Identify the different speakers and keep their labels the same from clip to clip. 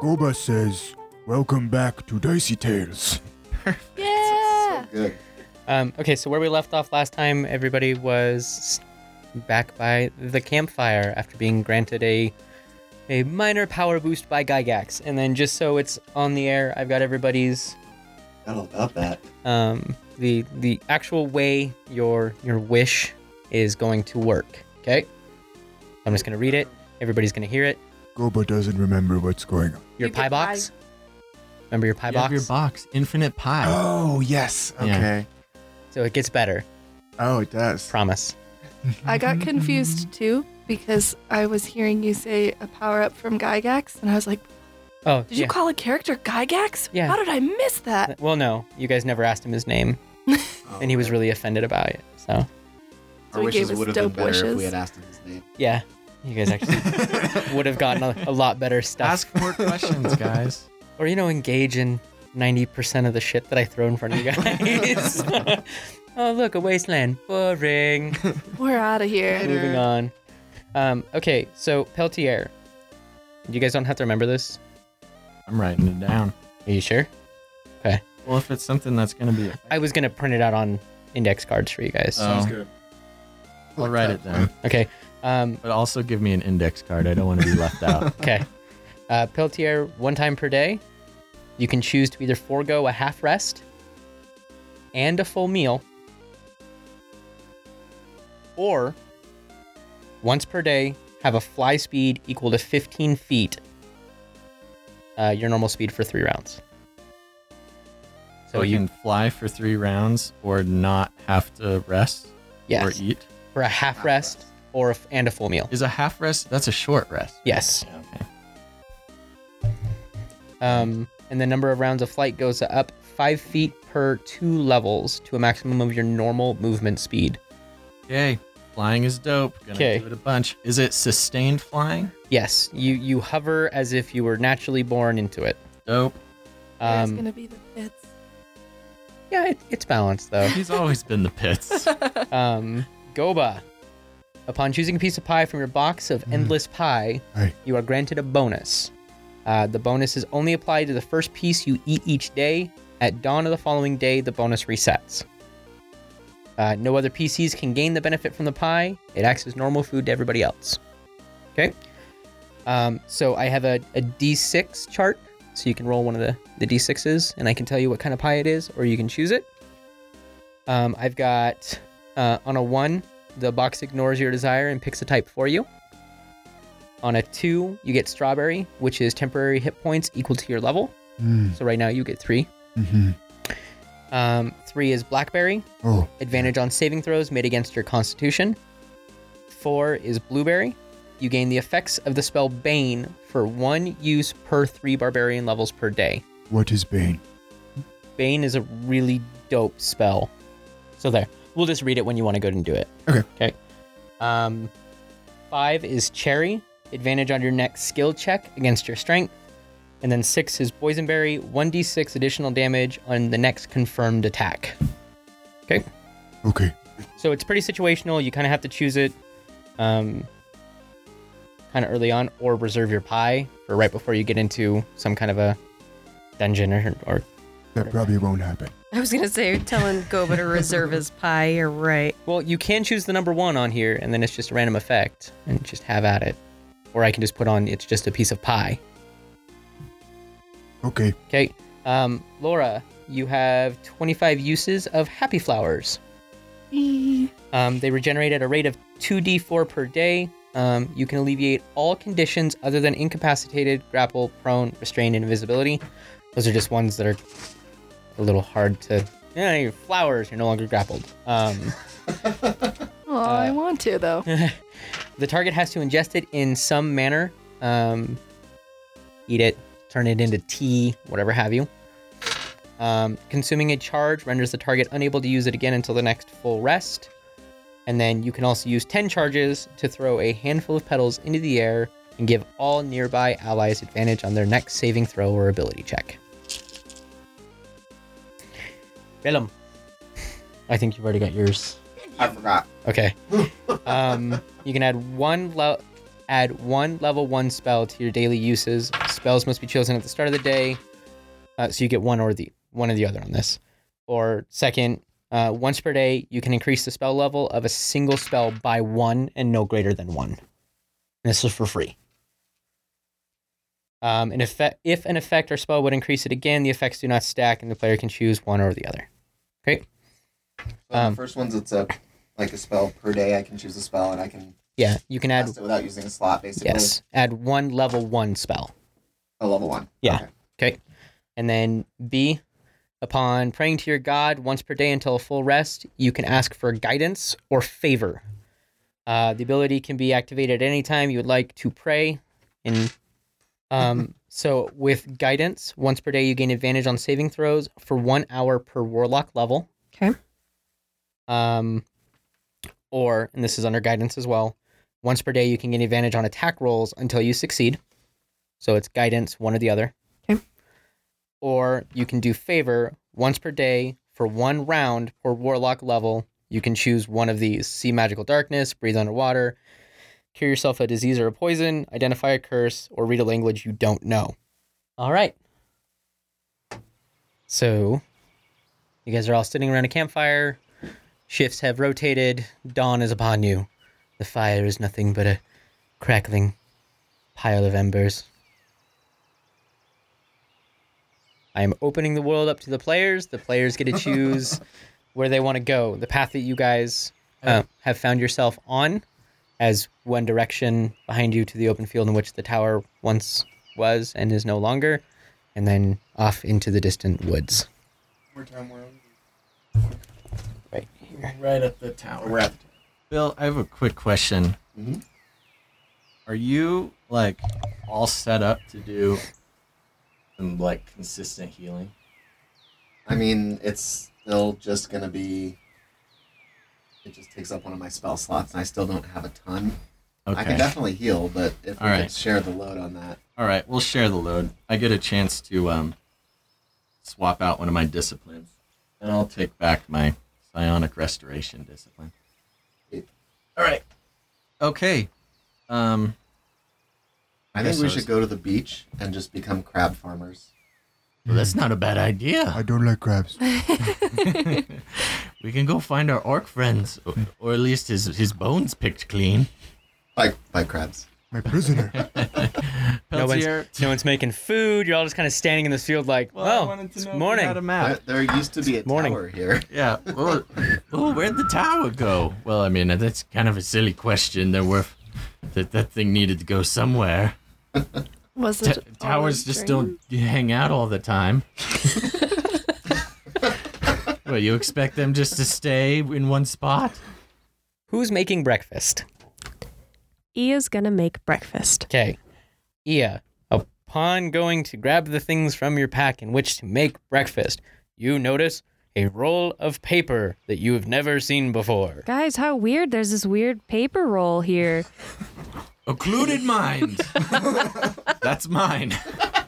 Speaker 1: Goba says, Welcome back to Dicey Tales.
Speaker 2: Yeah.
Speaker 3: Good.
Speaker 4: Um, okay, so where we left off last time, everybody was back by the campfire after being granted a a minor power boost by Gygax, and then just so it's on the air, I've got everybody's
Speaker 3: Not all about that.
Speaker 4: um, the the actual way your your wish is going to work. Okay, I'm just gonna read it. Everybody's gonna hear it.
Speaker 1: Goba doesn't remember what's going on.
Speaker 4: Your
Speaker 2: You
Speaker 4: pie
Speaker 2: get
Speaker 4: box. Remember your pie
Speaker 5: You
Speaker 4: box.
Speaker 5: have your box, infinite pie.
Speaker 6: Oh, yes.
Speaker 5: Yeah.
Speaker 6: Okay.
Speaker 4: so it gets better.
Speaker 6: Oh, it does.
Speaker 4: Promise.
Speaker 2: I got confused too because I was hearing you say a power up from Gygax, and I was like,
Speaker 4: Oh,
Speaker 2: "Did you
Speaker 4: yeah.
Speaker 2: call a character Gygax?
Speaker 4: Yeah.
Speaker 2: How did I miss that?"
Speaker 4: well, no, you guys never asked him his name, and he was really offended about it. So
Speaker 2: So
Speaker 3: Our
Speaker 2: he
Speaker 3: wishes
Speaker 2: gave us
Speaker 3: would have been
Speaker 2: dope
Speaker 3: better if
Speaker 2: wishes.
Speaker 3: we had asked him his name.
Speaker 4: yeah, you guys actually would have gotten a, a lot better stuff.
Speaker 5: Ask more questions, guys.
Speaker 4: or you know engage in 90% of the shit that i throw in front of you guys oh look a wasteland boring
Speaker 2: We're out of here.
Speaker 4: moving on um, okay so peltier you guys don't have to remember this
Speaker 5: I'm writing it down.
Speaker 4: are you sure
Speaker 5: Well, if it's something that's gonna be,
Speaker 4: i was gonna print it out on index cards for you guys
Speaker 5: Sounds
Speaker 6: good.
Speaker 5: I'll write it down.
Speaker 4: okay um,
Speaker 5: But also give me an index card. I don't want to be left out.
Speaker 4: okay uh, peltier one time per day you can choose to either forego a half rest and a full meal or once per day have a fly speed equal to 15 feet uh, your normal speed for three rounds
Speaker 5: So you can fly for three rounds or not have to rest
Speaker 4: yes
Speaker 5: or eat.
Speaker 4: for a half,
Speaker 3: Half
Speaker 4: rest,
Speaker 3: rest.
Speaker 4: or a f- and a full meal
Speaker 5: Is a half rest? That's a short rest.
Speaker 4: yes
Speaker 3: Yeah.
Speaker 4: um, and the number of rounds of flight goes up five feet per two levels to a maximum of your normal movement speed
Speaker 5: Okay. Flying is dope. Gonna
Speaker 4: Okay.
Speaker 5: do it a bunch. Is it sustained flying?
Speaker 4: Yes, you you hover as if you were naturally born into it.
Speaker 5: Dope.
Speaker 2: There's
Speaker 4: Um,
Speaker 2: gonna be the fits.
Speaker 4: Yeah, it, it's balanced though.
Speaker 5: He's always been the pits.
Speaker 4: um, Goba, upon choosing a piece of pie from your box of endless pie,
Speaker 1: Aye.
Speaker 4: you are granted a bonus. Uh, the bonus is only applied to the first piece you eat each day. At dawn of the following day, the bonus resets. Uh, no other PCs can gain the benefit from the pie. It acts as normal food to everybody else. Okay. Um, so I have a, a D6 chart. So you can roll one of the, the D6s and I can tell you what kind of pie it is, or you can choose it. Um, I've got uh, on a one, the box ignores your desire and picks a type for you. On a two, you get strawberry, which is temporary hit points equal to your level.
Speaker 1: Mm,
Speaker 4: So right now you get three.
Speaker 1: mhm.
Speaker 4: Um, three is blackberry,
Speaker 1: Oh,
Speaker 4: advantage on saving throws made against your constitution. Four is blueberry. You gain the effects of the spell Bane for one use per three barbarian levels per day.
Speaker 1: what is Bane?
Speaker 4: Bane is a really dope spell. So there. We'll just read it when you want to go and do it.
Speaker 6: Okay.
Speaker 4: Okay. Um, five is cherry. Advantage on your next skill check against your strength. And then six is boysenberry. 1d6 additional damage on the next confirmed attack.
Speaker 1: Okay.
Speaker 4: So it's pretty situational. You kind of have to choose it um, kind of early on or reserve your pie for right before you get into some kind of a dungeon or, or
Speaker 1: That probably won't happen.
Speaker 7: I was gonna say telling Goba to reserve his pie. You're right.
Speaker 4: Well, you can choose the number one on here, and then it's just a random effect, and just have at it. Or I can just put on it's just a piece of pie.
Speaker 1: Okay.
Speaker 4: Okay, um, Laura, you have 25 uses of happy flowers. Um, they regenerate at a rate of 2d4 per day. Um, you can alleviate all conditions other than incapacitated, grapple, prone, restrained, and invisibility. Those are just ones that are a little hard to. Yeah, your flowers, you're no longer grappled. Um,
Speaker 2: Oh, I want to though.
Speaker 4: The target has to ingest it in some manner. Um, eat it, turn it into tea, whatever have you. Um, consuming a charge renders the target unable to use it again until the next full rest. And then you can also use 10 charges to throw a handful of petals into the air and give all nearby allies advantage on their next saving throw or ability check. Bellum. I think you've already got yours.
Speaker 3: I forgot.
Speaker 4: Okay. Um, you can add one le- add one level one spell to your daily uses. s- Spells must be chosen at the start of the day, uh, so you get one or the one or the other on this. Or second, uh, once per day, you can increase the spell level of a single spell by one and no greater than one. And this is for free. Um, an effect, if an effect or spell would increase it again, the effects do not stack, and the player can choose one or the other.
Speaker 3: So
Speaker 4: Um,
Speaker 3: the first one's it's a like a spell per day. I can choose a spell and I can
Speaker 4: Yeah, you can add
Speaker 3: cast it without using a slot, basically.
Speaker 4: yes, add one level one spell.
Speaker 3: A level one.
Speaker 4: Yeah.
Speaker 3: Okay.
Speaker 4: And then B, upon praying to your God once per day until a full rest, you can ask for guidance or favor. Uh, the ability can be activated at any time you would like to pray. And um, so, with guidance, once per day, you gain advantage on saving throws for one hour per warlock level.
Speaker 7: Okay.
Speaker 4: Um, or, and this is under guidance as well, once per day, you can gain advantage on attack rolls until you succeed. So it's guidance, one or the other or you can do favor once per day for one round per warlock level. You can choose one of these see magical darkness, breathe underwater, cure yourself a disease or a poison, identify a curse, or read a language you don't know. All right. So, you guys are all sitting around a campfire. Shifts have rotated. Dawn is upon you. The fire is nothing but a crackling pile of embers. I am opening the world up to the players. The players get to choose where they want to go, the path that you guys uh, have found yourself on, as one direction behind you to the open field in which the tower once was and is no longer, and then off into the distant woods.
Speaker 3: More time, we're on.
Speaker 4: Right.
Speaker 8: Right at the tower.
Speaker 3: We're at
Speaker 5: Bill, I have a quick question.
Speaker 3: Mhm.
Speaker 5: Are you like all set up to do some like consistent healing?
Speaker 3: I mean, it's still just gonna be. It just takes up one of my spell slots, and I still don't have a ton. I can
Speaker 5: Okay.
Speaker 3: definitely heal, but if we
Speaker 5: All
Speaker 3: could
Speaker 5: right.
Speaker 3: share the load on that,
Speaker 5: All right, we'll share the load. I get a chance to um swap out one of my disciplines, and I'll take back my psionic restoration discipline. All right. Okay. Um.
Speaker 3: I think
Speaker 5: guess
Speaker 3: we
Speaker 5: I
Speaker 3: should
Speaker 5: was-
Speaker 3: go to the beach and just become crab farmers.
Speaker 5: well, that's not a bad idea.
Speaker 1: I don't like crabs.
Speaker 5: we can go find our orc friends, or, or at least his his bones picked clean.
Speaker 3: Like by crabs.
Speaker 1: My prisoner.
Speaker 4: No one's,
Speaker 5: Peltier,
Speaker 4: no one's making food. You're all just kind of standing in this field, like,
Speaker 5: I
Speaker 4: well,
Speaker 5: wanted to
Speaker 4: it's
Speaker 5: know if you
Speaker 4: morning.
Speaker 5: had a
Speaker 3: There,
Speaker 5: map.
Speaker 3: there used to be a
Speaker 4: Ah. Morning.
Speaker 3: tower here.
Speaker 5: Uh, Yeah. Well, well, where'd the tower go? Well, I mean, uh, that's kind of a silly question. There were that that thing needed to go somewhere.
Speaker 2: Was
Speaker 5: T-
Speaker 2: it
Speaker 5: towers
Speaker 2: olive
Speaker 5: just
Speaker 2: green?
Speaker 5: don't hang out all the time. well, you expect them just to stay in one spot?
Speaker 4: Who's making breakfast?
Speaker 7: Ia's gonna make breakfast.
Speaker 4: Okay. Ia, upon going to grab the things from your pack in which to make breakfast, you notice a roll of paper that you have never seen before.
Speaker 9: Guys, how weird. There's this weird paper roll here.
Speaker 5: Occluded mind. That's mine.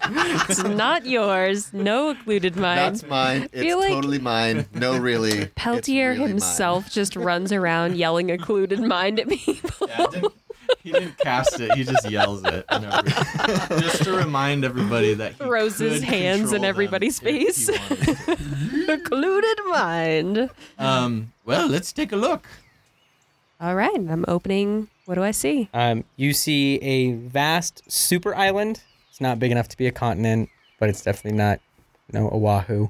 Speaker 9: It's not yours. No occluded mind.
Speaker 3: That's mine. It's
Speaker 9: feel like-
Speaker 3: totally mine. No, really. it's
Speaker 9: Peltier
Speaker 3: really mine.
Speaker 9: himself just runs around yelling occluded mind at people.
Speaker 5: he didn't cast it. He just yells it. And every- just to remind everybody that he
Speaker 9: Throws his
Speaker 5: could
Speaker 9: hands
Speaker 5: control
Speaker 9: in
Speaker 5: them
Speaker 9: everybody's
Speaker 5: if he
Speaker 9: face.
Speaker 5: wanted to.
Speaker 9: occluded mind.
Speaker 5: um. Well, let's take a look.
Speaker 9: All right, I'm opening. What do I see?
Speaker 4: Um, you see a vast super island. It's not big enough to be a continent, but it's definitely not, you know, Oahu.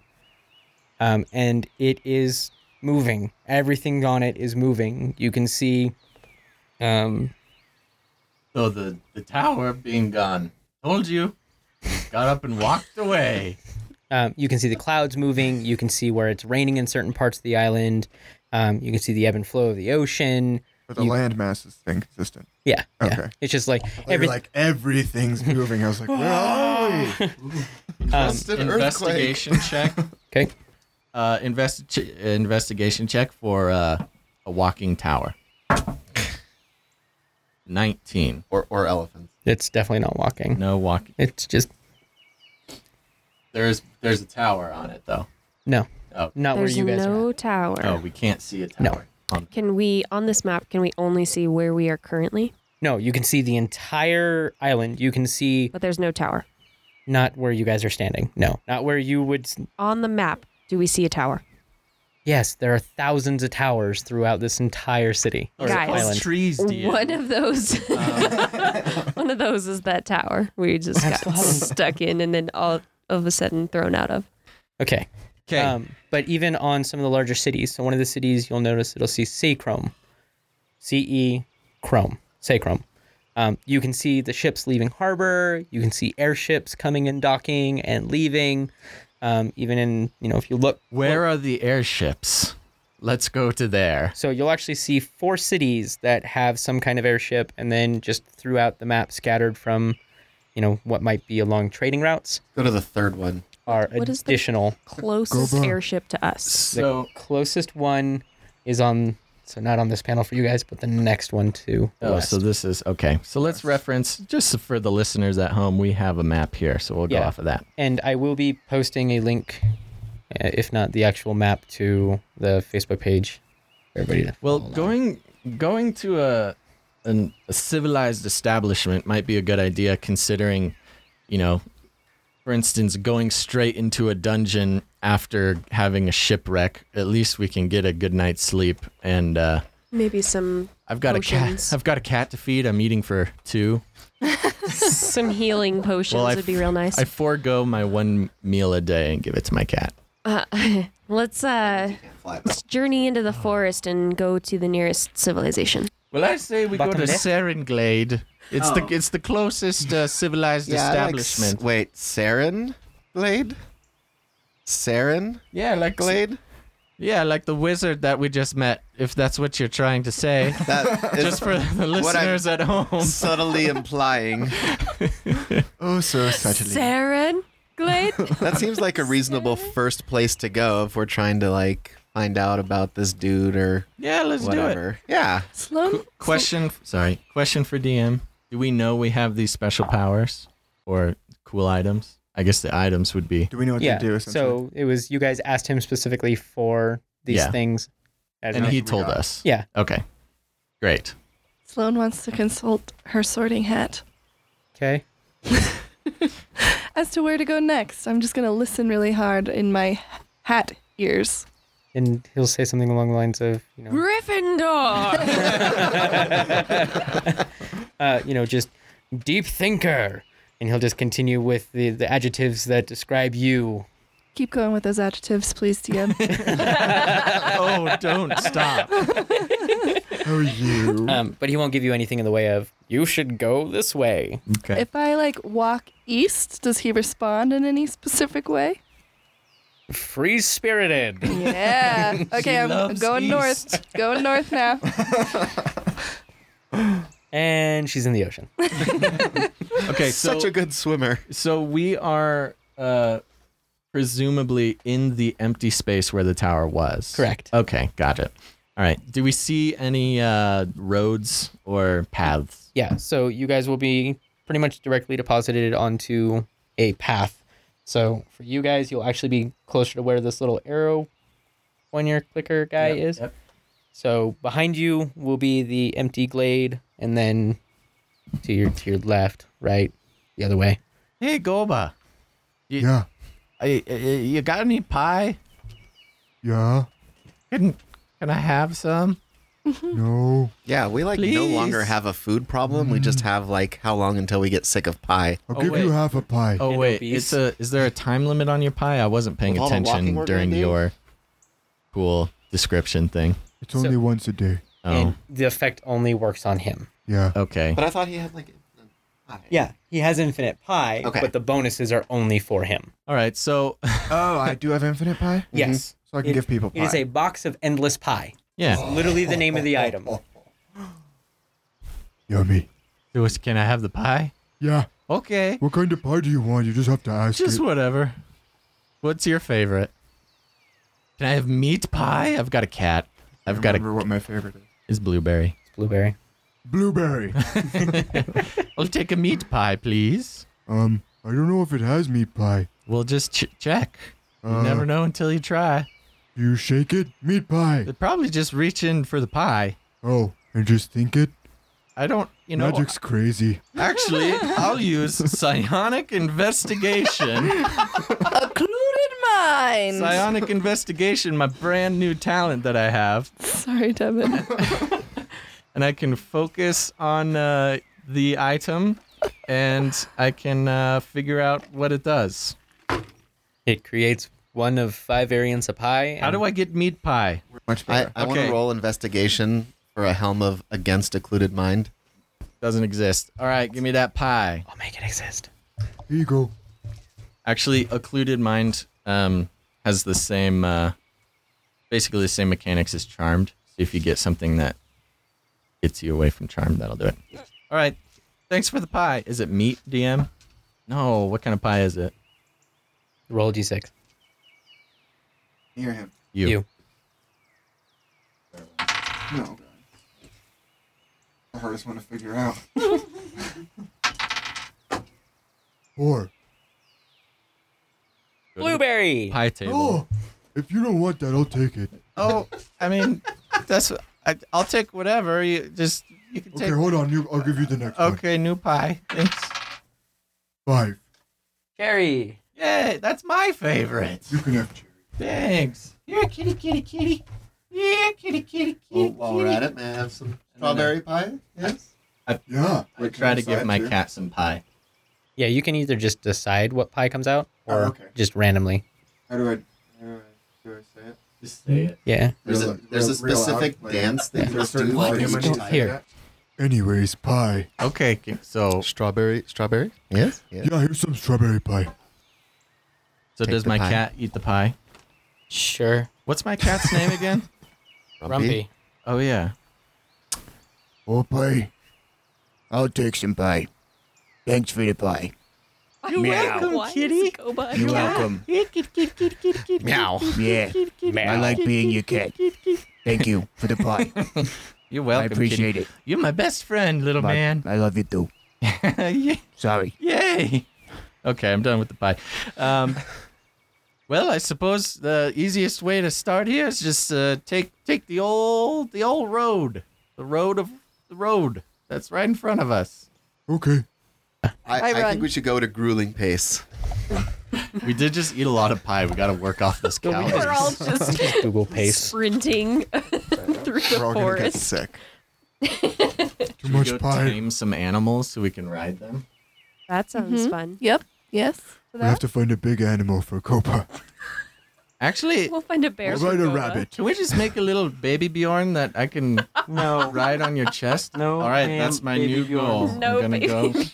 Speaker 4: Um, and it is moving. Everything on it is moving. You can see, um,
Speaker 5: So the the tower being gone. Told you. Got up and walked away.
Speaker 4: Um, you can see the clouds moving. You can see where it's raining in certain parts of the island. Um, you can see the ebb and flow of the ocean.
Speaker 6: But the
Speaker 4: You-
Speaker 6: landmass is inconsistent.
Speaker 4: Yeah, yeah.
Speaker 6: Okay.
Speaker 4: It's just like
Speaker 6: They were
Speaker 4: everything.
Speaker 6: like everything's moving. I was like, where are we?
Speaker 4: um,
Speaker 3: Just an earthquake.
Speaker 5: investigation check.
Speaker 4: okay.
Speaker 5: Uh, invest ch- investigation check for uh, a walking tower. Nineteen.
Speaker 3: Or, or elephants.
Speaker 4: It's definitely not walking.
Speaker 5: No walking.
Speaker 4: It's just
Speaker 5: There's there's a tower on it though.
Speaker 4: no,
Speaker 5: Oh,
Speaker 4: not
Speaker 9: There's
Speaker 4: where you guys are.
Speaker 9: no
Speaker 4: at.
Speaker 9: tower.
Speaker 5: oh we can't see a
Speaker 4: No.
Speaker 5: tower. Um,
Speaker 9: Can we, on this map, can we only see where we are currently?
Speaker 4: No, you can see the entire island. You can see
Speaker 9: But there's no tower.
Speaker 4: Not where you guys are standing. No, not where you would. s-
Speaker 9: On the map, do we see a tower?
Speaker 4: Yes, there are thousands of towers throughout this entire city. or
Speaker 9: Guys.
Speaker 4: island.
Speaker 5: trees, DM.
Speaker 9: One of those, one of those is that tower we just got stuck in, and then all of a sudden thrown out of.
Speaker 4: Okay.
Speaker 5: Okay.
Speaker 4: Um, but even on some of the larger cities, so one of the cities you'll notice it'll see Sacrum, C E Chrome, Sacrum. Um, you can see the ships leaving harbor. You can see airships coming and docking and leaving. Um, even in you know if you look,
Speaker 5: Where are the airships? Let's go to there.
Speaker 4: so you'll actually see four cities that have some kind of airship, and then just throughout the map, scattered from, you know what might be along trading routes,
Speaker 3: Go to the third one.
Speaker 4: are
Speaker 9: What is the-
Speaker 4: additional.
Speaker 9: Closest
Speaker 1: Goba.
Speaker 9: airship to us.
Speaker 5: So
Speaker 4: closest one is on so not on this panel for you guys, but the next one to the
Speaker 5: Oh,
Speaker 4: west.
Speaker 5: so this is okay. So let's reference just for the listeners at home. We have a map here, so we'll go
Speaker 4: Yeah.
Speaker 5: off of that.
Speaker 4: and I will be posting a link, uh, if not the actual map, to the Facebook page. for Everybody, to
Speaker 5: Well,
Speaker 4: follow along.
Speaker 5: going going to a an, a civilized establishment might be a good idea, considering, you know, for instance, going straight into a dungeon after having a shipwreck. At least we can get a good night's sleep. And uh,
Speaker 7: Maybe some.
Speaker 5: I've got
Speaker 7: Potions.
Speaker 5: a cat. I've got a cat to feed. I'm eating for two.
Speaker 9: Some healing potions
Speaker 5: Well, I-
Speaker 9: would be real nice.
Speaker 5: I forego my one meal a day and give it to my cat.
Speaker 9: uh, let's uh,
Speaker 3: Can't fly.
Speaker 7: Let's journey into the forest and go to the nearest civilization.
Speaker 5: Well, I say we go to
Speaker 4: Bottomless?
Speaker 5: Serenglade. It's
Speaker 3: Oh.
Speaker 5: the it's the closest uh, civilized establishment.
Speaker 3: wait, Saren Glade? Saren
Speaker 5: yeah, like
Speaker 3: Glade?
Speaker 5: yeah, like the wizard that we just met. If that's what you're trying to say,
Speaker 3: That is
Speaker 5: just for the
Speaker 3: What I'm-
Speaker 5: listeners at home.
Speaker 3: subtly implying.
Speaker 6: Oh, so subtly.
Speaker 9: Saren Glade.
Speaker 3: That seems like a reasonable first place to go if we're trying to like find out about this dude or
Speaker 5: Yeah, let's do it.
Speaker 3: whatever. Yeah.
Speaker 9: Sloan.
Speaker 5: Question. Sorry. Question for DM. Do we know we have these special powers or cool items? I guess the items would be.
Speaker 6: Do we know what
Speaker 4: yeah.
Speaker 6: to do? essentially?
Speaker 4: so it was you guys asked him specifically for these
Speaker 5: Yeah.
Speaker 4: things, As
Speaker 5: And
Speaker 4: in-
Speaker 5: he
Speaker 6: we
Speaker 5: told
Speaker 6: got.
Speaker 5: us.
Speaker 4: yeah,
Speaker 5: Okay. Great.
Speaker 2: Sloane wants to consult her sorting hat
Speaker 4: okay,
Speaker 2: as to where to go next. I'm just going to listen really hard in my hat ears.
Speaker 4: and he'll say something along the lines of you know.
Speaker 9: Gryffindor.
Speaker 4: uh, you know, just deep thinker. And he'll just continue with the, the adjectives that describe you.
Speaker 2: Keep going with those adjectives, please, DM.
Speaker 5: oh, don't stop.
Speaker 6: Oh, you.
Speaker 5: Uh,
Speaker 4: Um, but he won't give you anything in the way of, you should go this way.
Speaker 5: Okay.
Speaker 2: if I like walk east, does he respond in any specific way?
Speaker 4: Free spirited.
Speaker 2: Yeah. Okay, I'm
Speaker 5: loves
Speaker 2: going
Speaker 5: east.
Speaker 2: north. Going north now.
Speaker 4: and she's in the ocean.
Speaker 5: okay.
Speaker 3: Such
Speaker 5: so-
Speaker 3: a good swimmer.
Speaker 5: So we are uh, presumably in the empty space where the tower was.
Speaker 4: Correct.
Speaker 5: Okay, got it. All right. Do we see any uh, roads or paths?
Speaker 4: Yeah, so you guys will be pretty much directly deposited onto a path. So for you guys, you'll actually be closer to where this little arrow on your clicker guy is. So behind you will be the empty glade, and then to your to your left, right, the other way.
Speaker 5: Hey, Goba.
Speaker 1: Yeah.
Speaker 5: I, I, you got any pie?
Speaker 1: Yeah.
Speaker 5: Can, can I have some?
Speaker 1: No.
Speaker 3: Yeah, we like no longer
Speaker 5: Please. Mm.
Speaker 3: have a food problem. We just have like how long until we get sick of pie.
Speaker 1: I'll
Speaker 5: Oh,
Speaker 1: give
Speaker 5: wait.
Speaker 1: you half a pie.
Speaker 5: Oh
Speaker 4: And
Speaker 5: wait, it's
Speaker 4: obese.
Speaker 5: a. Is there a time limit on your pie? I wasn't paying
Speaker 3: With all the walking
Speaker 5: attention
Speaker 3: we're
Speaker 5: during
Speaker 3: gonna do?
Speaker 5: your cool description thing.
Speaker 1: It's only
Speaker 4: so-
Speaker 1: once a day.
Speaker 5: Oh,
Speaker 4: And the effect only works on him.
Speaker 1: Yeah.
Speaker 5: okay.
Speaker 3: But I thought he had like pie.
Speaker 4: Yeah, he has infinite pie,
Speaker 3: Okay.
Speaker 4: but the bonuses are only for him.
Speaker 5: All right. So
Speaker 6: Oh, I do have infinite pie?
Speaker 4: Yes.
Speaker 6: So I can
Speaker 4: It-
Speaker 6: give people pie.
Speaker 4: It is a box of endless pie.
Speaker 5: yeah.
Speaker 4: Literally the name of the item.
Speaker 1: Yummy.
Speaker 5: So Can I have the pie?
Speaker 1: Yeah.
Speaker 5: Okay.
Speaker 1: What kind of pie do you want? You just have to ask.
Speaker 5: Just
Speaker 1: it.
Speaker 5: whatever. What's your favorite? Can I have meat pie? I've got a cat. I've got
Speaker 6: remember
Speaker 5: a
Speaker 6: what my favorite is.
Speaker 5: is blueberry.
Speaker 4: Blueberry.
Speaker 1: Blueberry.
Speaker 5: I'll take a meat pie, please.
Speaker 1: um, I don't know if it has meat pie.
Speaker 5: We'll just ch- check. You
Speaker 1: Uh,
Speaker 5: never know until you try.
Speaker 1: You shake it, meat pie.
Speaker 5: They're probably just reaching for the pie.
Speaker 1: Oh, and just think it.
Speaker 5: I don't. you know,
Speaker 1: Magic's crazy.
Speaker 5: actually, I'll use psionic investigation.
Speaker 8: Occluded mind.
Speaker 5: Psionic investigation, my brand new talent that I have,
Speaker 2: Sorry, Devin.
Speaker 5: and I can focus on uh, the item, and I can uh, figure out what it does.
Speaker 4: It creates one of five variants of pie.
Speaker 5: How do I get meat pie?
Speaker 6: Much
Speaker 3: I,
Speaker 6: better.
Speaker 3: I want
Speaker 5: Okay.
Speaker 3: to roll investigation for a helm of against occluded mind.
Speaker 5: Doesn't exist. All right, give me that pie.
Speaker 4: I'll make it exist.
Speaker 1: Here you go.
Speaker 5: Actually, occluded mind um, has the same, uh, basically the same mechanics as charmed. So if you get something that gets you away from charmed, that'll do it. All right, thanks for the pie. Is it meat, DM? No, what kind of pie is it?
Speaker 4: Roll a d6.
Speaker 6: Near him.
Speaker 5: You.
Speaker 4: You.
Speaker 6: No. The hardest one to figure out.
Speaker 1: Or,
Speaker 4: Blueberry.
Speaker 5: Pie table.
Speaker 1: oh, if you don't want that, I'll take it.
Speaker 5: Oh, I mean, that's I, I'll take whatever. You just you can
Speaker 1: Okay,
Speaker 5: take.
Speaker 1: hold on. You, I'll give you the next one.
Speaker 5: Okay, new pie. Thanks.
Speaker 1: Five.
Speaker 4: Cherry.
Speaker 5: Yay, that's my favorite.
Speaker 1: You can have cherry.
Speaker 5: Thanks. Yeah, kitty, kitty, kitty. Yeah, kitty, kitty, kitty.
Speaker 3: Oh, while we're at it, may I have some strawberry pie? Yes.
Speaker 1: Yeah.
Speaker 5: We're trying to give
Speaker 1: Side
Speaker 5: my
Speaker 1: too.
Speaker 5: cat some pie.
Speaker 4: Yeah, you can either just decide what pie comes out or
Speaker 6: Oh, okay.
Speaker 4: just randomly.
Speaker 6: How do I? How do I, do I say it?
Speaker 5: Just say it.
Speaker 4: Yeah.
Speaker 3: There's a
Speaker 6: Real-
Speaker 3: there's a
Speaker 6: real- real
Speaker 3: specific
Speaker 6: outlayer.
Speaker 3: dance that you
Speaker 6: There's a
Speaker 3: must
Speaker 6: certain
Speaker 3: do.
Speaker 6: volume
Speaker 3: for
Speaker 6: when
Speaker 3: each
Speaker 6: you
Speaker 4: Just
Speaker 3: type.
Speaker 6: say
Speaker 4: here.
Speaker 6: that.
Speaker 1: Anyways, pie.
Speaker 5: Okay, okay, so
Speaker 3: Strawberry, strawberry. Yes. yes.
Speaker 1: Yeah, here's some strawberry pie.
Speaker 5: so
Speaker 3: Take
Speaker 5: does
Speaker 3: the
Speaker 5: my
Speaker 3: pie.
Speaker 5: cat eat the pie?
Speaker 4: Sure.
Speaker 5: What's my cat's name again?
Speaker 4: Rumpy.
Speaker 5: Oh yeah,
Speaker 1: Or Oh, pie. I'll take some pie. Thanks for the pie.
Speaker 9: You're
Speaker 1: welcome,
Speaker 9: kitty.
Speaker 1: You're welcome.
Speaker 3: Meow.
Speaker 1: Yeah. I like being your cat. Thank you for the pie.
Speaker 5: you're welcome.
Speaker 1: I appreciate
Speaker 5: kitty.
Speaker 1: it.
Speaker 5: You're my best friend, little
Speaker 1: I-
Speaker 5: man.
Speaker 1: I love you too.
Speaker 5: yeah.
Speaker 1: Sorry.
Speaker 5: Yay! Okay, I'm done with the pie. Um, well, I suppose the easiest way to start here is just uh, take take the old the old road, the road of the road that's right in front of us.
Speaker 1: Okay.
Speaker 3: I, I
Speaker 8: run.
Speaker 3: think we should go at a grueling pace.
Speaker 5: We did just eat a lot of pie. We got to work off this
Speaker 9: We're all
Speaker 5: calories.
Speaker 9: just
Speaker 4: Google Paste.
Speaker 9: sprinting through the
Speaker 6: We're all gonna get
Speaker 9: forest.
Speaker 6: sick.
Speaker 1: Too much pie.
Speaker 5: tame some animals so we can ride them.
Speaker 9: That sounds
Speaker 2: Mhm.
Speaker 9: fun.
Speaker 2: yep. Yes. For
Speaker 1: We have
Speaker 2: that.
Speaker 1: to find a big animal for Copa.
Speaker 5: Actually,
Speaker 9: We'll find a bear.
Speaker 1: What
Speaker 9: for
Speaker 1: about a
Speaker 9: Goba.
Speaker 1: rabbit?
Speaker 5: can we just make a little baby Bjorn that I can
Speaker 10: No.
Speaker 5: ride on your chest?
Speaker 10: No,
Speaker 5: All right,
Speaker 10: ma'am,
Speaker 5: that's my
Speaker 10: baby
Speaker 5: new
Speaker 10: Bjorn.
Speaker 5: goal.
Speaker 9: No,
Speaker 5: I'm gonna
Speaker 9: baby.
Speaker 5: go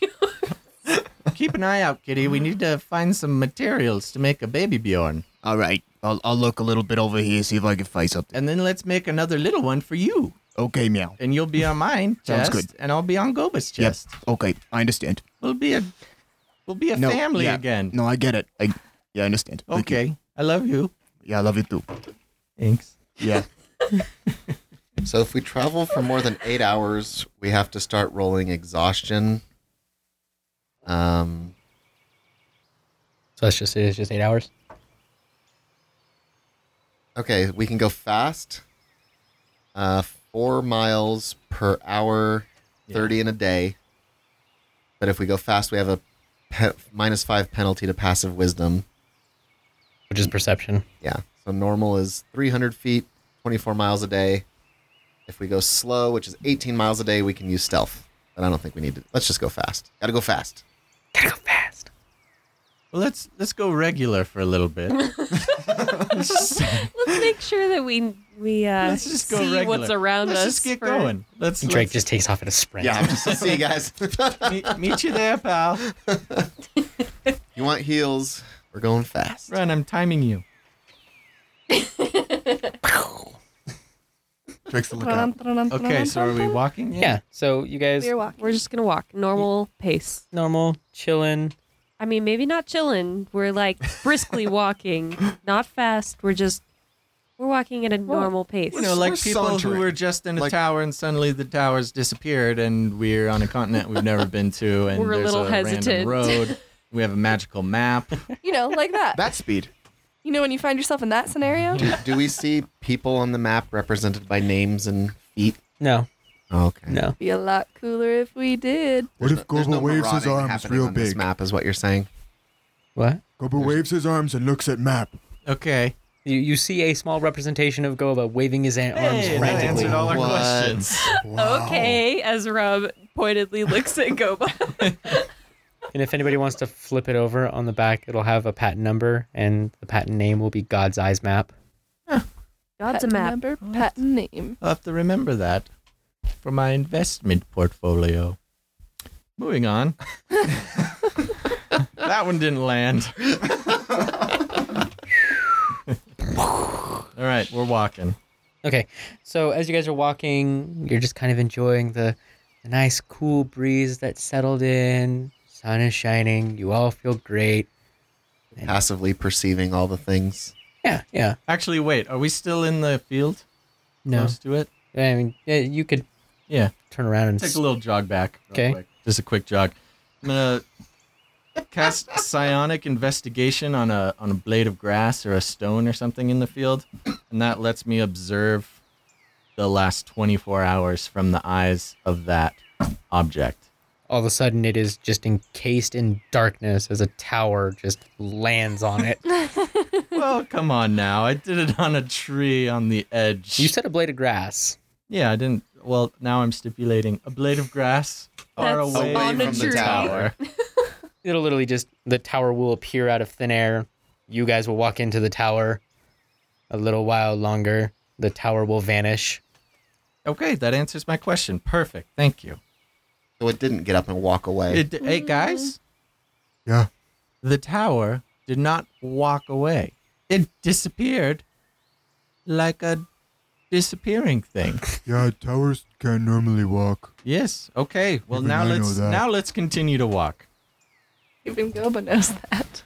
Speaker 5: Keep an eye out, Kitty. We need to find some materials to make a baby Bjorn.
Speaker 1: All right. I'll, I'll look a little bit over here, see if I can find something.
Speaker 5: And then let's make another little one for you.
Speaker 1: Okay, meow.
Speaker 5: And you'll be on mine
Speaker 1: Sounds
Speaker 5: chest,
Speaker 1: good.
Speaker 5: and I'll be on Goba's
Speaker 1: Yep.
Speaker 5: chest.
Speaker 1: Okay, I understand.
Speaker 5: We'll be a we'll be a
Speaker 1: No,
Speaker 5: family
Speaker 1: yeah.
Speaker 5: again.
Speaker 1: No, I get it. I yeah, I understand. Thank you.
Speaker 5: okay. I love you.
Speaker 1: Yeah, I love you too.
Speaker 5: Thanks.
Speaker 1: Yeah.
Speaker 3: So if we travel for more than eight hours, we have to start rolling exhaustion. Um,
Speaker 4: So that's just it's just eight hours.
Speaker 3: okay, we can go fast. Uh, four miles per hour, thirty in a day. But if we go fast, we have a pe- minus five penalty to passive wisdom.
Speaker 4: Which is perception.
Speaker 3: Yeah. So normal is 300 feet, 24 miles a day. If we go slow, which is 18 miles a day, we can use stealth. But I don't think we need to. Let's just go fast. Gotta go fast.
Speaker 5: Well let's let's go regular for a little bit. let's just,
Speaker 9: Let's make sure that we we uh,
Speaker 5: let's just go
Speaker 9: see
Speaker 5: regular.
Speaker 9: what's around
Speaker 5: let's
Speaker 9: us.
Speaker 5: just get
Speaker 9: for-
Speaker 5: going. Let's,
Speaker 4: And Drake just takes off at a sprint.
Speaker 3: Yeah. just see you guys.
Speaker 5: let's meet, meet you there, pal.
Speaker 3: you want heels? We're going fast.
Speaker 5: Run, I'm timing you.
Speaker 6: Drake's the lookout.
Speaker 5: Okay, so are we walking?
Speaker 4: Yeah. So you guys
Speaker 2: We're walking.
Speaker 9: We're just gonna walk normal pace.
Speaker 4: normal, chilling.
Speaker 9: I mean, maybe not chilling. We're like briskly walking, not fast. We're just we're walking at a normal pace.
Speaker 5: You know, like
Speaker 6: We're
Speaker 5: people
Speaker 6: sauntering.
Speaker 5: who were just in a
Speaker 6: Like-
Speaker 5: tower and suddenly the towers disappeared and we're on a continent we've never been to and
Speaker 9: We're a
Speaker 5: there's
Speaker 9: little
Speaker 5: random
Speaker 9: hesitant.
Speaker 5: road. We have a magical map.
Speaker 8: You know, like that.
Speaker 6: That speed.
Speaker 8: You know, when you find yourself in that scenario,
Speaker 3: Do we see people on the map represented by names and feet?
Speaker 4: No.
Speaker 3: Okay.
Speaker 4: No.
Speaker 8: Be a lot cooler if we did.
Speaker 1: What if
Speaker 3: no- there's
Speaker 1: Goba
Speaker 3: no
Speaker 1: waves his arms
Speaker 3: marauding happening
Speaker 1: real
Speaker 3: on This
Speaker 1: big?
Speaker 3: map is what you're saying.
Speaker 4: What?
Speaker 1: Goba waves his arms and looks at map.
Speaker 5: Okay.
Speaker 4: You, you see a small representation of Goba waving his a- arms
Speaker 5: Hey, that
Speaker 4: frantically.
Speaker 5: answered all our
Speaker 3: What?
Speaker 5: questions.
Speaker 1: Wow.
Speaker 9: Okay, as Rob pointedly looks at Goba.
Speaker 4: And if anybody wants to flip it over on the back, it'll have a patent number, and the patent name will be God's Eyes Map.
Speaker 9: God's a
Speaker 8: Patent
Speaker 9: map.
Speaker 8: Number, patent name.
Speaker 5: I'll have to remember that for my investment portfolio. Moving on. that one didn't land. All right, we're walking.
Speaker 4: Okay, so as you guys are walking, you're just kind of enjoying the, the nice cool breeze that settled in. Sun is shining. You all feel great.
Speaker 3: Passively perceiving all the things.
Speaker 4: Yeah, yeah.
Speaker 5: Actually, wait, are we still in the field?
Speaker 4: No,
Speaker 5: Close to it?
Speaker 4: I mean yeah, you could
Speaker 5: Yeah.
Speaker 4: turn around and
Speaker 5: Take
Speaker 4: s-
Speaker 5: a little jog back. real
Speaker 4: Okay.
Speaker 5: quick. Just a quick jog. I'm gonna cast psionic investigation on a on a blade of grass or a stone or something in the field, and that lets me observe the last 24 hours from the eyes of that object.
Speaker 4: all of a sudden it is just encased in darkness as a tower just lands on it.
Speaker 5: well, come on now. I did it on a tree on the edge.
Speaker 4: you said a blade of grass.
Speaker 5: yeah, I didn't. Well, now I'm stipulating a blade of grass far
Speaker 9: That's
Speaker 5: away
Speaker 9: on
Speaker 5: from
Speaker 9: a
Speaker 5: the
Speaker 9: tree.
Speaker 5: tower.
Speaker 4: It'll literally just the tower will appear out of thin air. You guys will walk into the tower. A little while longer, the tower will vanish.
Speaker 5: Okay, that answers my question. Perfect. Thank you.
Speaker 3: So it didn't get up and walk away.
Speaker 5: It- hey guys,
Speaker 1: Yeah.
Speaker 5: the tower did not walk away. It disappeared like a disappearing thing.
Speaker 1: Yeah, towers can't normally walk.
Speaker 5: yes. Okay. Well,
Speaker 1: Even
Speaker 5: now
Speaker 1: I know
Speaker 5: let's
Speaker 1: that.
Speaker 5: now let's continue to walk.
Speaker 2: Even Goba knows that.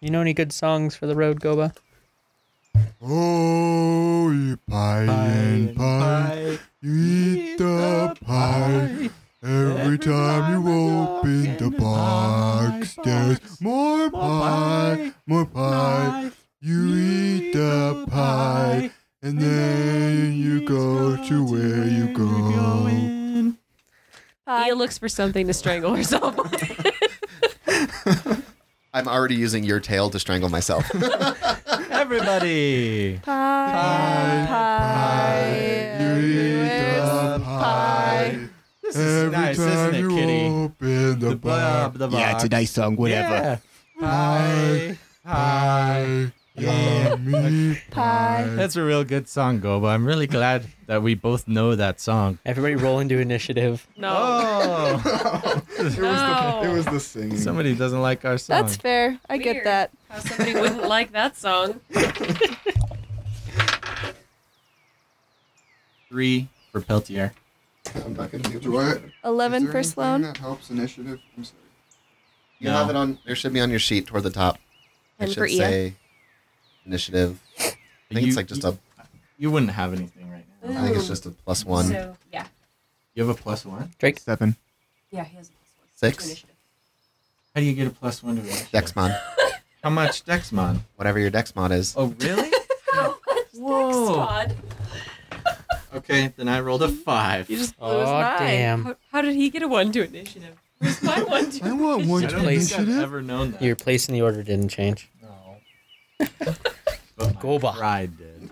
Speaker 4: You know any good songs for the road, Goba?
Speaker 1: Oh, you pie, and pie, you eat the pie. Every time you open the box, there's more pie, more pie. You eat the pie, and then you go to where you go.
Speaker 9: Mia looks for something to strangle herself with.
Speaker 3: I'm already using your tail to strangle myself.
Speaker 5: Everybody.
Speaker 1: Pie, pie, you eat the pie.
Speaker 5: This is
Speaker 1: Every
Speaker 5: nice,
Speaker 1: time
Speaker 5: isn't it,
Speaker 1: you
Speaker 5: Kitty?
Speaker 1: open the,
Speaker 5: The
Speaker 1: box,
Speaker 5: bob, the
Speaker 1: Yeah, it's
Speaker 5: box.
Speaker 1: a nice song, whatever.
Speaker 5: Yeah. Pie. Pie.
Speaker 1: Yummy pie.
Speaker 5: That's a real good song, Goba. I'm really glad that we both know that song.
Speaker 4: Everybody roll into initiative.
Speaker 9: No.
Speaker 5: Oh,
Speaker 9: No.
Speaker 6: It was the singing.
Speaker 5: somebody doesn't like our song.
Speaker 8: That's fair. I get
Speaker 9: Weird.
Speaker 8: that.
Speaker 9: How somebody wouldn't like that song.
Speaker 5: three for Peltier.
Speaker 6: I'm not gonna do it.
Speaker 8: Eleven
Speaker 6: Is there
Speaker 8: for
Speaker 6: anything
Speaker 8: Sloan.
Speaker 6: That helps initiative. I'm sorry.
Speaker 3: You
Speaker 5: No.
Speaker 3: have it on. There should be on your sheet toward the top. It
Speaker 9: And
Speaker 3: should
Speaker 9: for Ia.
Speaker 3: say initiative. I think it's like just a.
Speaker 5: You wouldn't have anything right now.
Speaker 3: I think it's just a plus one.
Speaker 9: So, yeah.
Speaker 5: You have a plus one.
Speaker 4: Drake,
Speaker 1: Seven.
Speaker 9: Yeah, he has a plus one.
Speaker 3: Six.
Speaker 9: Initiative.
Speaker 5: How do you get a plus one to initiative?
Speaker 3: Dex mod.
Speaker 5: How much Dexmon?
Speaker 3: Whatever your dex mod is.
Speaker 5: Oh, really? Whoa.
Speaker 9: Todd.
Speaker 5: Okay, then I rolled a five.
Speaker 8: You just blew
Speaker 4: Oh
Speaker 8: his mind.
Speaker 4: damn!
Speaker 9: How, how did he get a one to initiative? Where's my one to
Speaker 1: I want one
Speaker 5: I
Speaker 1: to
Speaker 5: don't think I've
Speaker 1: initiative.
Speaker 5: ever known that.
Speaker 4: Your place in the order didn't change.
Speaker 5: No. but my
Speaker 4: Goba.
Speaker 5: Pride did.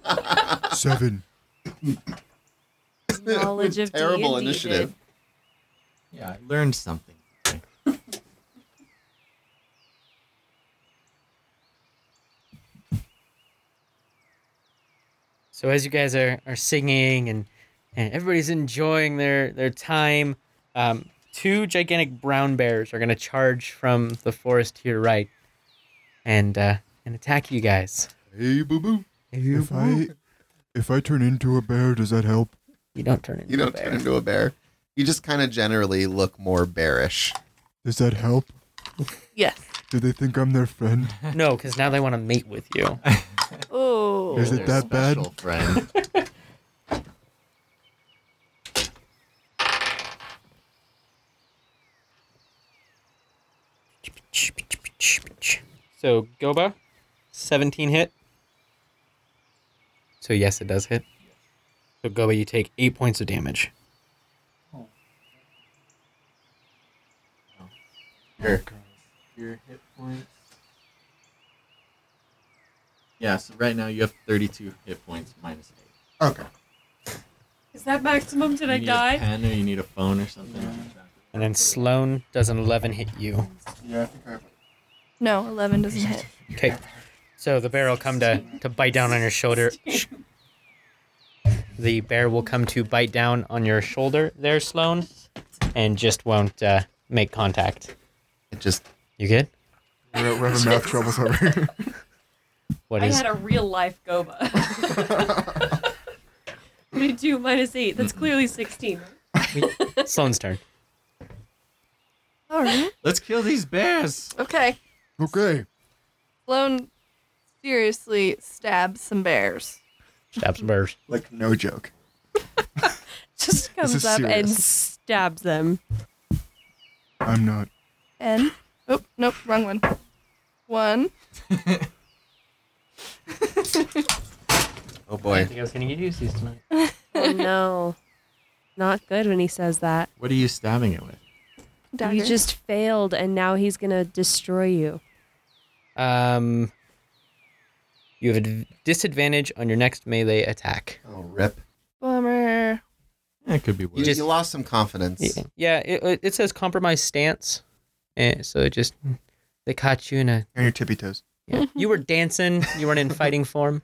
Speaker 1: Seven.
Speaker 9: knowledge of
Speaker 3: Terrible
Speaker 9: D&D
Speaker 3: initiative.
Speaker 5: Yeah, I learned something.
Speaker 4: So as you guys are, are singing and, and everybody's enjoying their, their time, um, two gigantic brown bears are going to charge from the forest to your right and uh, and attack you guys.
Speaker 3: Hey boo boo.
Speaker 4: You
Speaker 1: If I if I turn into a bear, does that help?
Speaker 4: don't turn into
Speaker 3: You
Speaker 4: a
Speaker 3: don't
Speaker 4: bear.
Speaker 3: turn into a bear. You just kind of generally look more bearish.
Speaker 1: Does that help?
Speaker 8: Yes.
Speaker 1: Do they think I'm their friend?
Speaker 4: No, because now they want to mate with you.
Speaker 8: Oh.
Speaker 1: Is it that bad?
Speaker 3: Special friend.
Speaker 4: So Goba, 17 hit. So yes, it does hit. So Goba, you take eight points of damage.
Speaker 5: Your, your hit points. Yeah, so right now you have 32 hit points minus 8.
Speaker 6: Okay.
Speaker 7: Is that maximum? Did
Speaker 5: you
Speaker 7: I
Speaker 5: need
Speaker 7: die?
Speaker 5: a pen or you need a phone or something?
Speaker 4: And then Sloan does an 11 hit you.
Speaker 6: Yeah, I think I have
Speaker 2: No, 11 doesn't hit.
Speaker 4: Okay. So the bear will come to, to bite down on your shoulder. Sh- The bear will come to bite down on your shoulder there, Sloan, and just won't uh, make contact.
Speaker 3: It just
Speaker 4: You good?
Speaker 1: We're, we're having math troubles over here.
Speaker 4: What
Speaker 7: I
Speaker 4: is
Speaker 7: had a real life Goba. 22 minus 8. That's clearly 16.
Speaker 4: Sloan's turn?
Speaker 2: All right.
Speaker 5: Let's kill these bears!
Speaker 2: Okay.
Speaker 1: Okay.
Speaker 2: Sloan seriously stabs some bears.
Speaker 4: Stabs bears.
Speaker 1: Like, no joke.
Speaker 7: Just
Speaker 1: This
Speaker 7: comes
Speaker 1: is
Speaker 7: up and
Speaker 1: serious.
Speaker 7: stabs them.
Speaker 1: I'm not.
Speaker 2: And. Oh, nope, wrong one. One.
Speaker 3: oh boy.
Speaker 4: think I was gonna get used these tonight.
Speaker 9: Oh, no. Not good when he says that.
Speaker 5: What are you stabbing it with?
Speaker 2: Dagger.
Speaker 9: You just failed, and now he's gonna destroy you.
Speaker 4: Um, you have a d- disadvantage on your next melee attack.
Speaker 3: Oh, rip.
Speaker 2: Bummer.
Speaker 5: That could be
Speaker 3: You,
Speaker 5: worse.
Speaker 3: you lost some confidence.
Speaker 4: Yeah, yeah it, it- it says compromise stance, and so it just they caught you in a.
Speaker 1: And your tippy toes.
Speaker 4: yeah. you were dancing. You weren't in fighting form.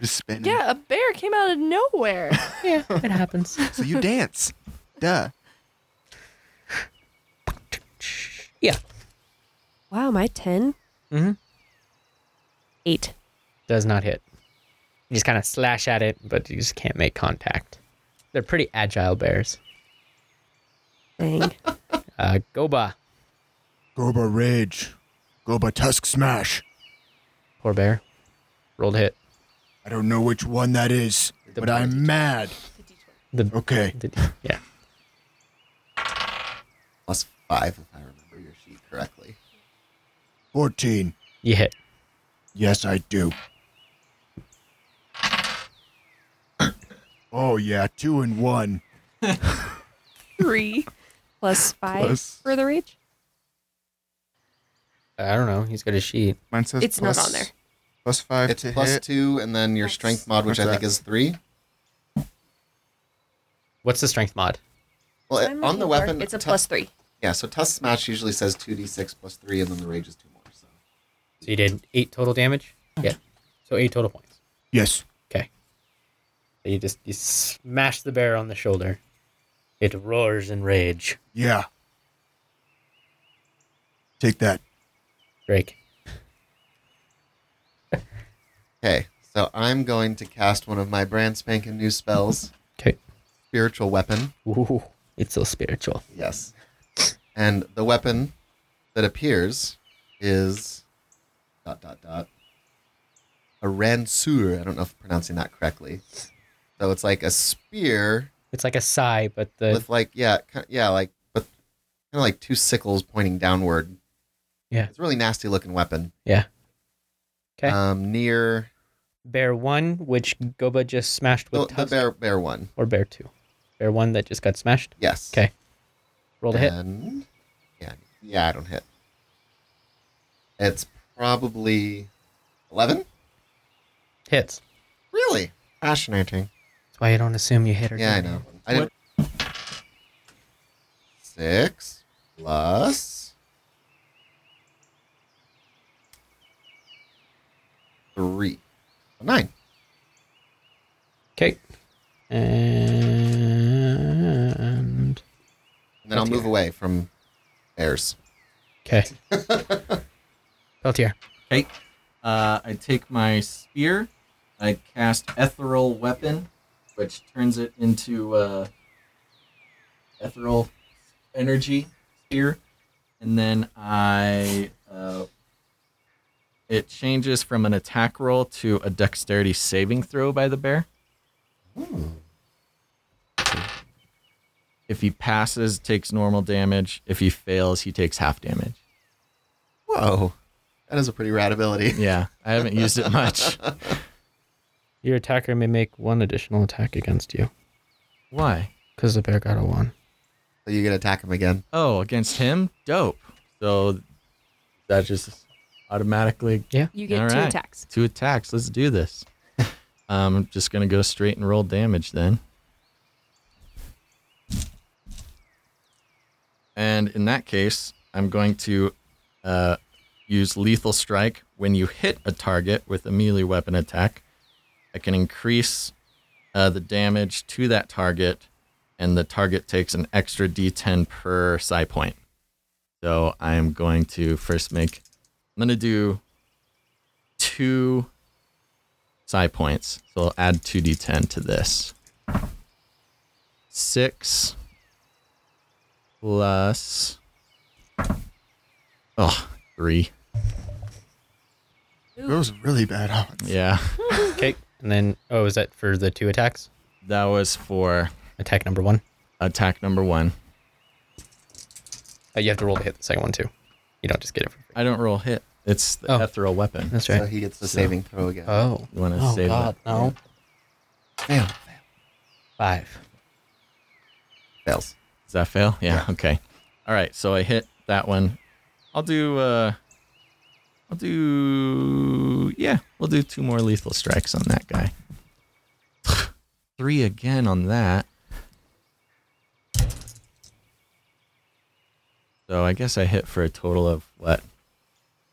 Speaker 1: Just spinning.
Speaker 2: Yeah, a bear came out of nowhere.
Speaker 4: Yeah, it happens.
Speaker 1: So you dance. Duh.
Speaker 4: Yeah.
Speaker 9: Wow, my 10?
Speaker 4: Mhm.
Speaker 9: 8.
Speaker 4: does not hit. You just kind of slash at it, but you just can't make contact. They're pretty agile bears.
Speaker 9: Dang.
Speaker 4: Uh, Goba,
Speaker 1: Goba rage. Goba tusk smash.
Speaker 4: poor bear, rolled hit.
Speaker 1: I don't know which one that is,
Speaker 4: The
Speaker 1: but I'm mad.
Speaker 4: The,
Speaker 1: Okay.
Speaker 4: the- yeah,
Speaker 3: Plus five, if I remember your sheet correctly.
Speaker 1: 14.
Speaker 4: you hit.
Speaker 1: Yes, I do. Oh, yeah. Two and one.
Speaker 8: Three.
Speaker 9: Plus 5
Speaker 1: Plus-
Speaker 9: for the rage?
Speaker 4: I don't know. He's got a sheet.
Speaker 6: Mine says
Speaker 9: It's not on there.
Speaker 6: Plus five
Speaker 3: It's plus two, and then your strength mod, which I
Speaker 1: What's
Speaker 3: think
Speaker 1: that?
Speaker 3: is three.
Speaker 4: What's the strength mod?
Speaker 3: Well, it- on the weapon,
Speaker 9: It's a
Speaker 3: tu-
Speaker 9: plus 3.
Speaker 3: Yeah, so Tusk Smash usually says 2d6 plus 3, and then the rage is 2 more. So
Speaker 4: So you did eight total damage. Yeah. So eight total points.
Speaker 1: Yes.
Speaker 4: Okay. So you just you smash the bear on the shoulder. It roars in rage.
Speaker 1: Yeah. Take that.
Speaker 4: Drake.
Speaker 3: Okay, so I'm going to cast one of my brand spanking new spells.
Speaker 4: 'Kay.
Speaker 3: Spiritual Weapon.
Speaker 4: Ooh, it's so spiritual.
Speaker 3: Yes. And the weapon that appears is dot dot dot a ransur. I don't know if I'm pronouncing that correctly. So it's like a spear
Speaker 4: It's like a sigh, but the
Speaker 3: with like yeah ki- yeah like but kind of like two sickles pointing downward.
Speaker 4: Yeah.
Speaker 3: it's a really nasty looking weapon.
Speaker 4: Yeah. 'Kay.
Speaker 3: Um, near
Speaker 4: bear one, which Goba just smashed
Speaker 3: the,
Speaker 4: with
Speaker 3: the
Speaker 4: tusk,
Speaker 3: bear bear one.
Speaker 4: or bear two, bear one that just got smashed.
Speaker 3: Yes.
Speaker 4: 'Kay. Roll to hit.
Speaker 3: And yeah, yeah, I don't hit. It's probably eleven.
Speaker 4: Hits.
Speaker 3: Really fascinating.
Speaker 4: That's why I don't assume you hit or
Speaker 3: Yeah, I
Speaker 4: don't
Speaker 3: know.
Speaker 4: hit.
Speaker 3: I didn't. Six plus three, nine.
Speaker 4: Okay. And
Speaker 3: And then I'll
Speaker 4: That's
Speaker 3: move
Speaker 4: good.
Speaker 3: away from bears.
Speaker 4: okay. Peltier.
Speaker 5: Okay. Uh, I take my spear. I cast Ethereal Weapon, which turns it into uh, Ethereal Energy Spear. And then I. Uh, it changes from an attack roll to a dexterity saving throw by the bear. If he passes, takes normal damage. If he fails, he takes half damage.
Speaker 3: Whoa, that is a pretty rad ability.
Speaker 5: Yeah, I haven't used it much.
Speaker 4: Your attacker may make one additional attack against you
Speaker 5: Why?
Speaker 4: because the bear got a one.
Speaker 3: So you can attack him again.
Speaker 5: Oh, against him? Dope. So that just automatically
Speaker 9: You get
Speaker 5: All
Speaker 9: two
Speaker 5: right.
Speaker 9: attacks.
Speaker 5: two attacks. Let's do this. um, I'm just gonna go straight and roll damage then. And in that case, I'm going to uh, use lethal strike. When you hit a target with a melee weapon attack, I can increase uh, the damage to that target, and the target takes an extra D10 per psi point. So I am going to first make. I'm gonna do two psi points. So I'll add 2d10 to this. Six plus. Oh, three.
Speaker 1: That was really bad odds.
Speaker 5: Yeah.
Speaker 4: Okay. And then, oh, is that for the two attacks?
Speaker 5: That was for
Speaker 4: Attack number one.
Speaker 5: attack number one.
Speaker 4: Oh, you have to roll to hit the second one too. You don't just get it for free.
Speaker 5: I don't roll hit, it's the
Speaker 4: Oh.
Speaker 5: ethereal weapon.
Speaker 4: That's
Speaker 3: So
Speaker 4: right.
Speaker 3: he gets the saving throw again.
Speaker 4: Oh.
Speaker 5: You want to
Speaker 4: Oh,
Speaker 5: save
Speaker 4: God.
Speaker 5: that?
Speaker 4: No.
Speaker 3: Fail. fail,
Speaker 4: Five.
Speaker 3: Fails.
Speaker 5: Does that fail? Yeah. Okay. All right. So I hit that one. I'll do. uh I'll do. Yeah, we'll do two more lethal strikes on that guy. Three again on that. So I guess I hit for a total of what?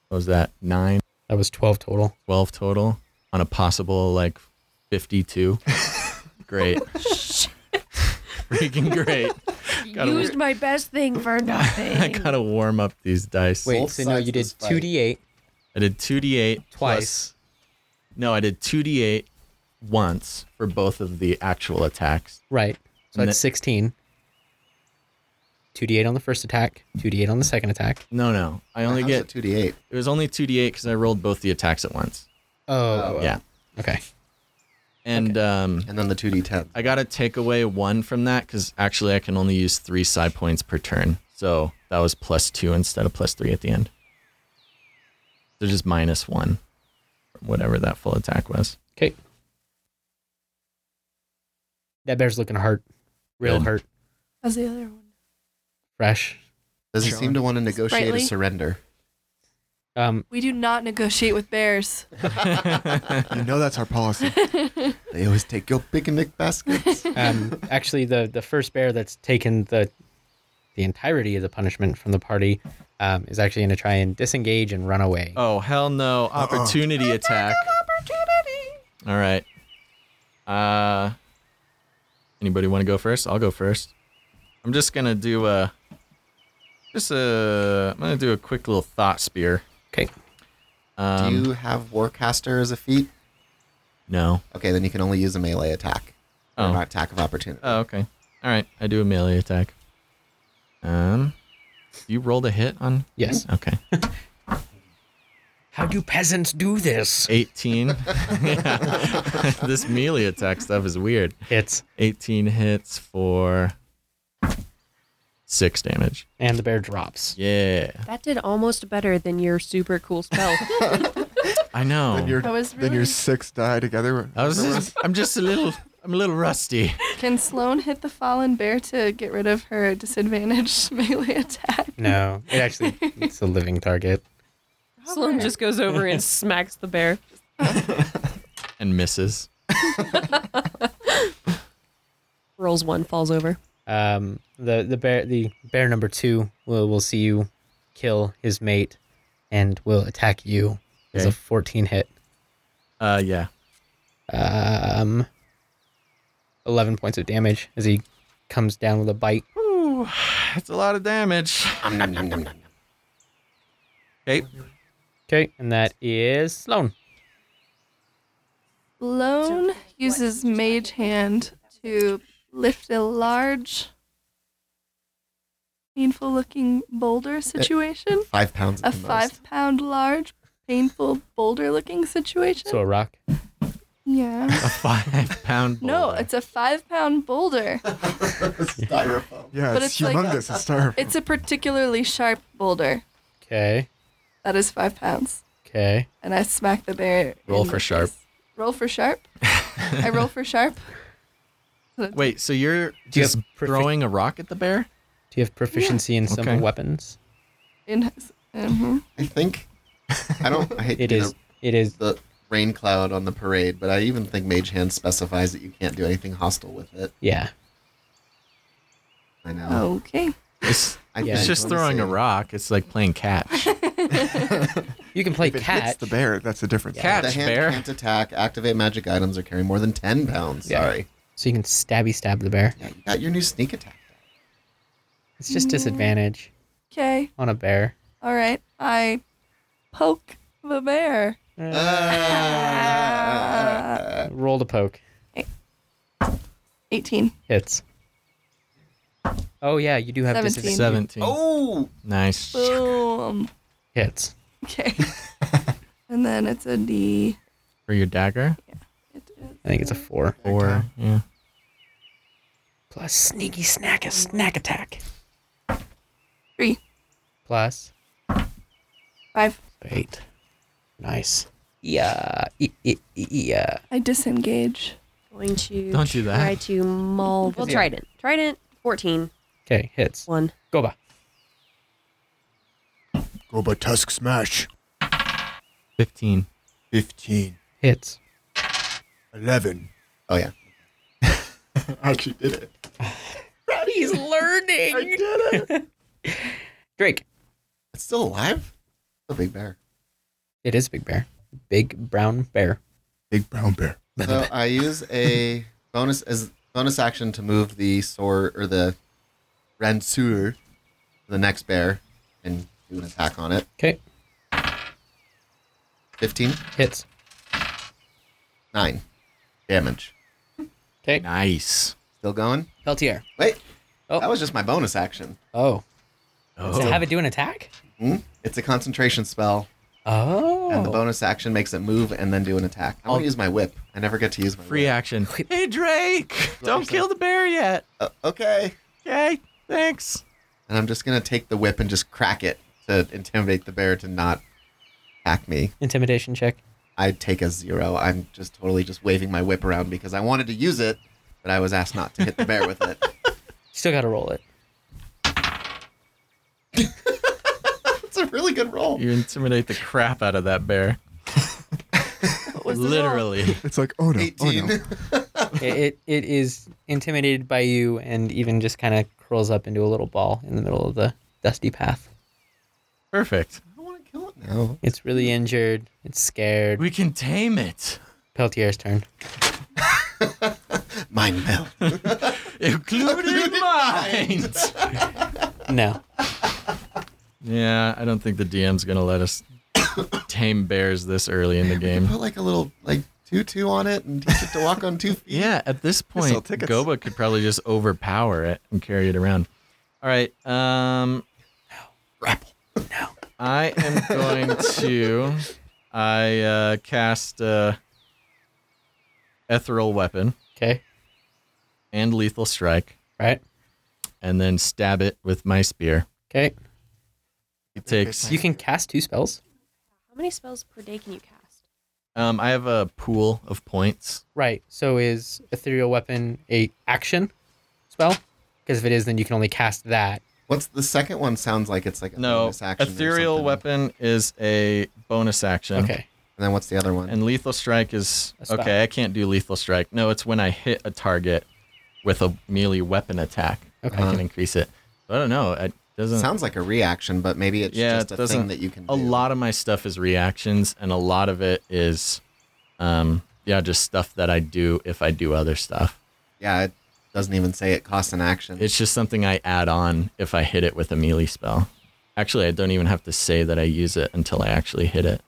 Speaker 5: What was that? Nine,
Speaker 4: That was 12 total.
Speaker 5: twelve total on a possible like 52. Great. Freaking great. Gotta
Speaker 9: Used
Speaker 5: wor-
Speaker 9: my best thing for
Speaker 5: I
Speaker 9: nothing.
Speaker 5: gotta warm up these dice.
Speaker 4: Wait,
Speaker 3: Both
Speaker 4: so no,
Speaker 3: sides
Speaker 4: you
Speaker 3: of
Speaker 4: did
Speaker 3: this fight.
Speaker 4: 2d8
Speaker 5: I did 2d8
Speaker 4: twice.
Speaker 5: plus- no, I did 2d8 once for both of the actual attacks.
Speaker 4: Right. So
Speaker 5: And
Speaker 4: that's 16. 2d8 on the first attack, 2d8 on the second attack.
Speaker 5: No, no. I only
Speaker 3: How's
Speaker 5: get
Speaker 3: it 2d8.
Speaker 5: it was only 2d8 cuz I rolled both the attacks at once.
Speaker 4: Oh,
Speaker 5: yeah.
Speaker 4: okay.
Speaker 5: And um
Speaker 3: And then the 2d10.
Speaker 5: I got to take away 1 from that cuz actually I can only use 3 psi points per turn. So that was plus 2 instead of plus 3 at the end. So just minus 1 from whatever that full attack was.
Speaker 4: Okay. That bear's looking hurt. Real
Speaker 5: Good.
Speaker 4: hurt.
Speaker 2: How's the other one?
Speaker 4: Fresh.
Speaker 3: Does he seem to want to negotiate
Speaker 2: Sprightly?
Speaker 3: a surrender?
Speaker 4: Um,
Speaker 2: We do not negotiate with bears.
Speaker 1: You know that's our policy.
Speaker 3: They always take your picnic baskets.
Speaker 4: um, actually, the the first bear that's taken the the entirety of the punishment from the party um, is actually going to try and disengage and run away.
Speaker 5: Oh hell
Speaker 3: Uh-uh.
Speaker 5: no! Opportunity attack. All right. Uh, anybody want to go first? I'll go first. I'm just gonna do a, just a. I'm gonna do a quick little thought spear.
Speaker 4: Okay.
Speaker 5: Um,
Speaker 3: Do you have Warcaster as a feat?
Speaker 5: no.
Speaker 3: Okay, then you can only use a melee attack. Or
Speaker 5: Oh.
Speaker 3: an attack of opportunity.
Speaker 5: Oh okay. All right. I do a melee attack. Um, you rolled a hit on.
Speaker 4: Yes.
Speaker 5: Okay.
Speaker 4: How do peasants do this?
Speaker 5: 18. yeah. this melee attack stuff is weird.
Speaker 4: It's
Speaker 5: 18 hits for six damage.
Speaker 4: and the bear drops.
Speaker 5: Yeah,
Speaker 9: That did almost better than your super cool spell.
Speaker 5: I know.
Speaker 1: Then your
Speaker 2: That was
Speaker 1: then your
Speaker 2: really-
Speaker 1: six die together.
Speaker 5: I was just, I'm just a little, I'm a little rusty.
Speaker 2: Can Sloane hit the fallen bear to get rid of her disadvantaged melee attack?
Speaker 4: No, it actually it's a living target.
Speaker 9: Sloan just goes over and smacks the bear.
Speaker 5: And misses.
Speaker 9: Rolls one, falls over.
Speaker 4: Um, the the bear the bear number two will will see you kill his mate, and will attack you. It's a
Speaker 5: Okay.
Speaker 4: fourteen hit.
Speaker 5: Uh, yeah.
Speaker 4: Um, eleven points of damage as he comes down with a bite.
Speaker 5: Ooh, that's a lot of damage.
Speaker 3: Om nom nom nom nom.
Speaker 5: Okay.
Speaker 4: Okay, and that is Sloan.
Speaker 2: Sloane uses Mage Hand to lift a large, painful looking boulder situation.
Speaker 3: Five pounds at
Speaker 2: A
Speaker 3: the most.
Speaker 2: five pound large, painful boulder looking situation.
Speaker 4: So a rock.
Speaker 2: yeah.
Speaker 5: A five pound.
Speaker 2: No,
Speaker 5: boulder.
Speaker 2: it's a five pound boulder.
Speaker 3: Styrofoam.
Speaker 1: Yeah,
Speaker 2: But
Speaker 1: it's
Speaker 2: it's like-
Speaker 1: humongous. it's styrofoam.
Speaker 2: It's a particularly sharp boulder.
Speaker 4: Okay.
Speaker 2: That is five pounds.
Speaker 4: Okay.
Speaker 2: And I smack the bear.
Speaker 5: Roll
Speaker 2: in
Speaker 5: for
Speaker 2: the
Speaker 5: sharp.
Speaker 2: face. Roll for sharp. I roll for sharp.
Speaker 5: Wait, so you're
Speaker 4: Do you
Speaker 5: just
Speaker 4: have profi-
Speaker 5: throwing a rock at the bear?
Speaker 4: Do you have proficiency in simple
Speaker 5: Okay.
Speaker 4: weapons?
Speaker 2: In, hmm
Speaker 3: I think I don't. I hate
Speaker 4: It
Speaker 3: to be
Speaker 4: is. It is.
Speaker 3: the, the rain cloud on the parade, but I even think Mage Hand specifies that you can't do anything hostile with it.
Speaker 4: Yeah.
Speaker 3: I know.
Speaker 2: Okay.
Speaker 5: It's,
Speaker 3: I
Speaker 4: Yeah,
Speaker 5: it's
Speaker 3: think-
Speaker 5: just
Speaker 3: let me
Speaker 5: throwing a
Speaker 3: see.
Speaker 5: rock. It's like playing catch.
Speaker 4: You can play
Speaker 6: If it hits
Speaker 4: catch.
Speaker 6: the bear, that's the difference.
Speaker 4: Yeah.
Speaker 3: The
Speaker 5: Catch
Speaker 3: hand
Speaker 5: bear.
Speaker 3: can't attack. Activate magic items or carry more than ten pounds.
Speaker 4: Yeah.
Speaker 3: Sorry.
Speaker 4: So you can stabby stab the bear.
Speaker 3: Yeah, you got your new sneak attack.
Speaker 4: It's
Speaker 2: Mm.
Speaker 4: just disadvantage
Speaker 2: Okay.
Speaker 4: on a bear.
Speaker 2: All right. I poke the bear. Uh,
Speaker 3: Ah.
Speaker 4: Roll to poke.
Speaker 2: 18.
Speaker 4: Hits. Oh yeah, you do have
Speaker 2: Seventeen.
Speaker 4: disadvantage.
Speaker 5: Seventeen.
Speaker 3: oh,
Speaker 5: Nice.
Speaker 2: Boom.
Speaker 4: Hits.
Speaker 2: Okay. and then it's a D.
Speaker 5: For your dagger.
Speaker 2: It is
Speaker 4: I think it's a four.
Speaker 5: Or yeah.
Speaker 4: Plus sneaky snack is snack attack.
Speaker 2: Three.
Speaker 4: Plus
Speaker 2: five.
Speaker 4: eight. Nice. Yeah. e- e- e- Yeah.
Speaker 2: I disengage.
Speaker 9: Going to
Speaker 5: Don't do that.
Speaker 9: try to maul. Well,
Speaker 4: Yeah.
Speaker 9: trident. Trident. 14.
Speaker 4: Okay. Hits.
Speaker 9: One.
Speaker 4: Goba.
Speaker 1: Go by Tusk Smash.
Speaker 5: Fifteen.
Speaker 1: 15.
Speaker 4: Hits.
Speaker 1: 11.
Speaker 3: oh yeah.
Speaker 6: I actually did it.
Speaker 4: He's learning. Drake.
Speaker 3: It's still alive. The big bear.
Speaker 4: It is a big bear. Big brown bear.
Speaker 1: Big brown bear.
Speaker 3: So I use a bonus as bonus action to move the sword or the Ransur to the next bear and do an attack on it.
Speaker 4: Okay.
Speaker 3: Fifteen.
Speaker 4: Hits.
Speaker 3: Nine. Damage.
Speaker 4: Okay.
Speaker 5: Nice.
Speaker 3: Still going?
Speaker 4: Peltier.
Speaker 3: Wait.
Speaker 4: Oh.
Speaker 3: That was just my bonus action.
Speaker 4: Oh. Does it
Speaker 5: Oh.
Speaker 4: have it do an attack?
Speaker 3: Hmm? It's a concentration spell,
Speaker 4: Oh.
Speaker 3: and the bonus action makes it move and then do an attack. I'm
Speaker 5: Oh.
Speaker 3: gonna use my whip. I never get to use my
Speaker 5: Free
Speaker 3: whip.
Speaker 5: action. Hey Drake! Don't kill the bear yet.
Speaker 3: Uh, okay.
Speaker 5: Okay. Thanks.
Speaker 3: And I'm just gonna take the whip and just crack it to intimidate the bear to not attack me.
Speaker 4: Intimidation check.
Speaker 3: I take a zero. I'm just totally just waving my whip around because I wanted to use it, but I was asked not to hit the bear with it.
Speaker 4: You still got to roll it.
Speaker 3: It's a really good
Speaker 1: Oh,
Speaker 3: roll.
Speaker 5: You intimidate the crap out of that bear. Literally.
Speaker 1: It's like, oh no. Oh
Speaker 3: 18.
Speaker 1: no.
Speaker 4: it, it it is intimidated by you and even just kind of curls up into a little ball in the middle of the dusty path.
Speaker 5: Perfect.
Speaker 3: I want to kill it now.
Speaker 4: It's really injured. It's scared.
Speaker 5: We can tame it.
Speaker 4: Peltier's turn.
Speaker 3: Mine melt.
Speaker 5: Including mine.
Speaker 4: No.
Speaker 5: yeah, I don't think the DM's gonna let us tame bears this early in the game.
Speaker 3: Put like a little like tutu on it and teach it to walk on two feet.
Speaker 5: Yeah, at this point,
Speaker 6: tickets.
Speaker 5: Goba could probably just overpower it and carry it around. All right. Um,
Speaker 3: Grapple.
Speaker 5: I am going to. I uh, cast uh, ethereal weapon
Speaker 4: Okay.
Speaker 5: and lethal strike,
Speaker 4: Right.
Speaker 5: and then stab it with my spear.
Speaker 4: Okay.
Speaker 5: It takes.
Speaker 4: You can cast two spells.
Speaker 9: How many spells per day can you cast?
Speaker 5: Um, I have a pool of points.
Speaker 4: Right. So is ethereal weapon a action spell? Because if it is, then you can only cast that.
Speaker 3: What's the second one? Sounds like it's like a
Speaker 5: No,
Speaker 3: bonus action or
Speaker 5: ethereal
Speaker 3: something.
Speaker 5: weapon is a bonus
Speaker 3: Mm-hmm.
Speaker 5: action.
Speaker 4: Okay.
Speaker 3: And then what's the other one?
Speaker 5: And lethal strike is
Speaker 4: A spell.
Speaker 5: okay. I can't do lethal strike. No, it's when I hit a target with a melee weapon attack.
Speaker 4: Okay.
Speaker 5: I can increase it. But I don't know. It doesn't.
Speaker 3: Sounds like a reaction, but maybe it's
Speaker 5: Yeah,
Speaker 3: just
Speaker 5: it
Speaker 3: a thing
Speaker 5: doesn't-
Speaker 3: that you can.
Speaker 5: a
Speaker 3: do.
Speaker 5: lot of my stuff is reactions, and a lot of it is, um, yeah, just stuff that I do if I do other stuff.
Speaker 3: Yeah, it doesn't even say it costs an action.
Speaker 5: It's just something I add on if I hit it with a melee spell. Actually, I don't even have to say that I use it until I actually hit it.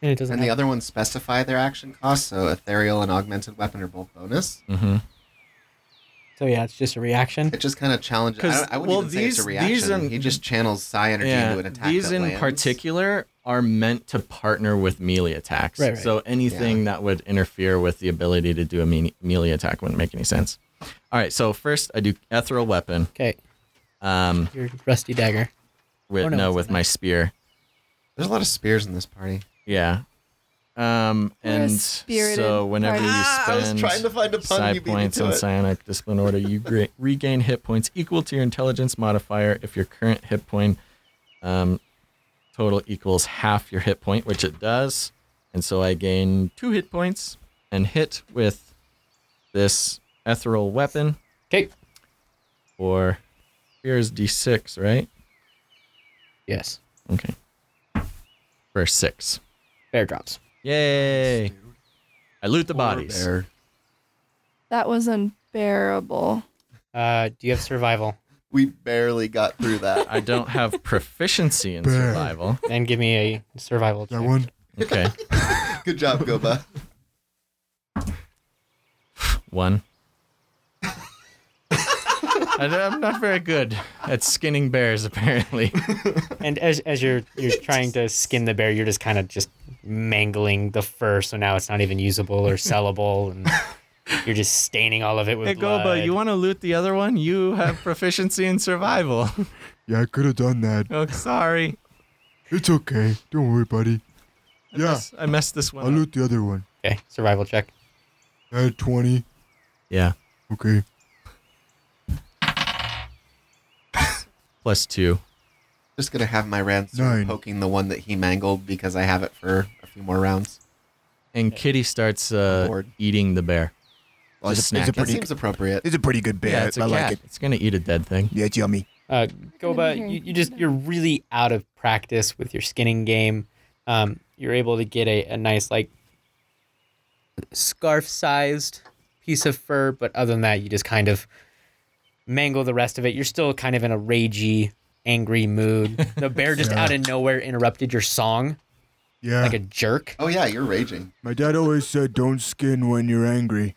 Speaker 4: And it doesn't.
Speaker 3: and the
Speaker 4: have-
Speaker 3: other ones specify their action cost, so ethereal and augmented weapon are both bonus.
Speaker 5: Mm-hmm.
Speaker 4: so yeah, it's just a reaction.
Speaker 3: It just say it's a challenge. I,
Speaker 5: 'Cause,
Speaker 3: don't, I wouldn't
Speaker 5: well,
Speaker 3: even say
Speaker 5: these-
Speaker 3: it's a reaction.
Speaker 5: these in-
Speaker 3: he just channels psi energy
Speaker 5: Yeah,
Speaker 3: into an attack.
Speaker 5: these
Speaker 3: that
Speaker 5: in
Speaker 3: lands.
Speaker 5: particular are meant to partner with melee attacks.
Speaker 4: Right, right.
Speaker 5: So anything that would interfere with the ability to do a me- melee attack wouldn't make any sense. All right, so first I do ethereal weapon.
Speaker 4: Okay.
Speaker 5: Um,
Speaker 4: Your rusty dagger.
Speaker 5: with
Speaker 4: Oh, no,
Speaker 5: no,
Speaker 4: it's
Speaker 5: with
Speaker 4: not.
Speaker 5: my spear.
Speaker 3: There's a lot of spears in this party.
Speaker 5: Yeah. Um,
Speaker 2: We're a
Speaker 5: and
Speaker 2: spirited
Speaker 5: so whenever
Speaker 2: party.
Speaker 5: you
Speaker 3: Ah, I was
Speaker 5: spend
Speaker 3: trying to find a pun, you
Speaker 5: psi
Speaker 3: beat me
Speaker 5: points
Speaker 3: to
Speaker 5: in
Speaker 3: it.
Speaker 5: psionic discipline order, you gra- regain hit points equal to your intelligence modifier if your current hit point um, total equals half your hit point, which it does. And so I gain two hit points and hit with this ethereal weapon
Speaker 4: Okay.
Speaker 5: or here's d6, right?
Speaker 4: Yes.
Speaker 5: Okay. For six.
Speaker 4: Bear drops.
Speaker 5: Yay! I loot the bodies.
Speaker 3: Bear.
Speaker 2: That was unbearable.
Speaker 4: Uh, do you have survival?
Speaker 3: We barely got through that.
Speaker 5: I don't have proficiency in
Speaker 1: Bear.
Speaker 5: survival.
Speaker 4: Then give me a survival check.
Speaker 1: That one?
Speaker 5: Okay.
Speaker 3: Good job, Goba.
Speaker 5: One. I, am not very good at skinning bears, apparently.
Speaker 4: And as as you're you're trying to skin the bear, you're just kind of just mangling the fur, so now it's not even usable or sellable, and you're just staining all of it with
Speaker 5: Hey,
Speaker 4: blood.
Speaker 5: Goba, you want to loot the other one? You have proficiency in survival.
Speaker 1: Yeah, I could have done that.
Speaker 5: oh, sorry.
Speaker 1: It's okay. Don't worry, buddy.
Speaker 5: I
Speaker 1: Yeah,
Speaker 5: mess- I messed this
Speaker 1: I'll
Speaker 5: one up.
Speaker 1: loot the other one.
Speaker 4: okay survival check?
Speaker 1: I had 20.
Speaker 5: Yeah.
Speaker 1: Okay.
Speaker 5: Plus two.
Speaker 3: Just gonna have my ransom
Speaker 1: Nine.
Speaker 3: poking the one that he mangled because I have it for a few more rounds.
Speaker 5: And Kitty starts uh,
Speaker 3: Bored.
Speaker 5: eating the bear.
Speaker 1: Well, it's
Speaker 5: Just
Speaker 1: a- it's a
Speaker 5: snacking.
Speaker 3: That
Speaker 1: Pretty-
Speaker 3: seems appropriate.
Speaker 1: It's a pretty good
Speaker 5: yeah, it's a cat. It's going to eat a dead thing.
Speaker 1: Yeah, it's yummy.
Speaker 4: Uh,
Speaker 2: gonna be
Speaker 4: Goba,
Speaker 2: hearing
Speaker 4: you, you
Speaker 2: from
Speaker 4: just
Speaker 2: them.
Speaker 4: you're really out of practice with your skinning game. Um, you're able to get a, a nice like scarf sized piece of fur, but other than that, you just kind of mangle the rest of it. You're still kind of in a ragey, angry mood. The bear just
Speaker 1: Yeah.
Speaker 4: out of nowhere interrupted your song
Speaker 1: Yeah.
Speaker 4: like a jerk.
Speaker 3: Oh yeah, you're raging.
Speaker 1: My dad always said, don't skin when you're angry.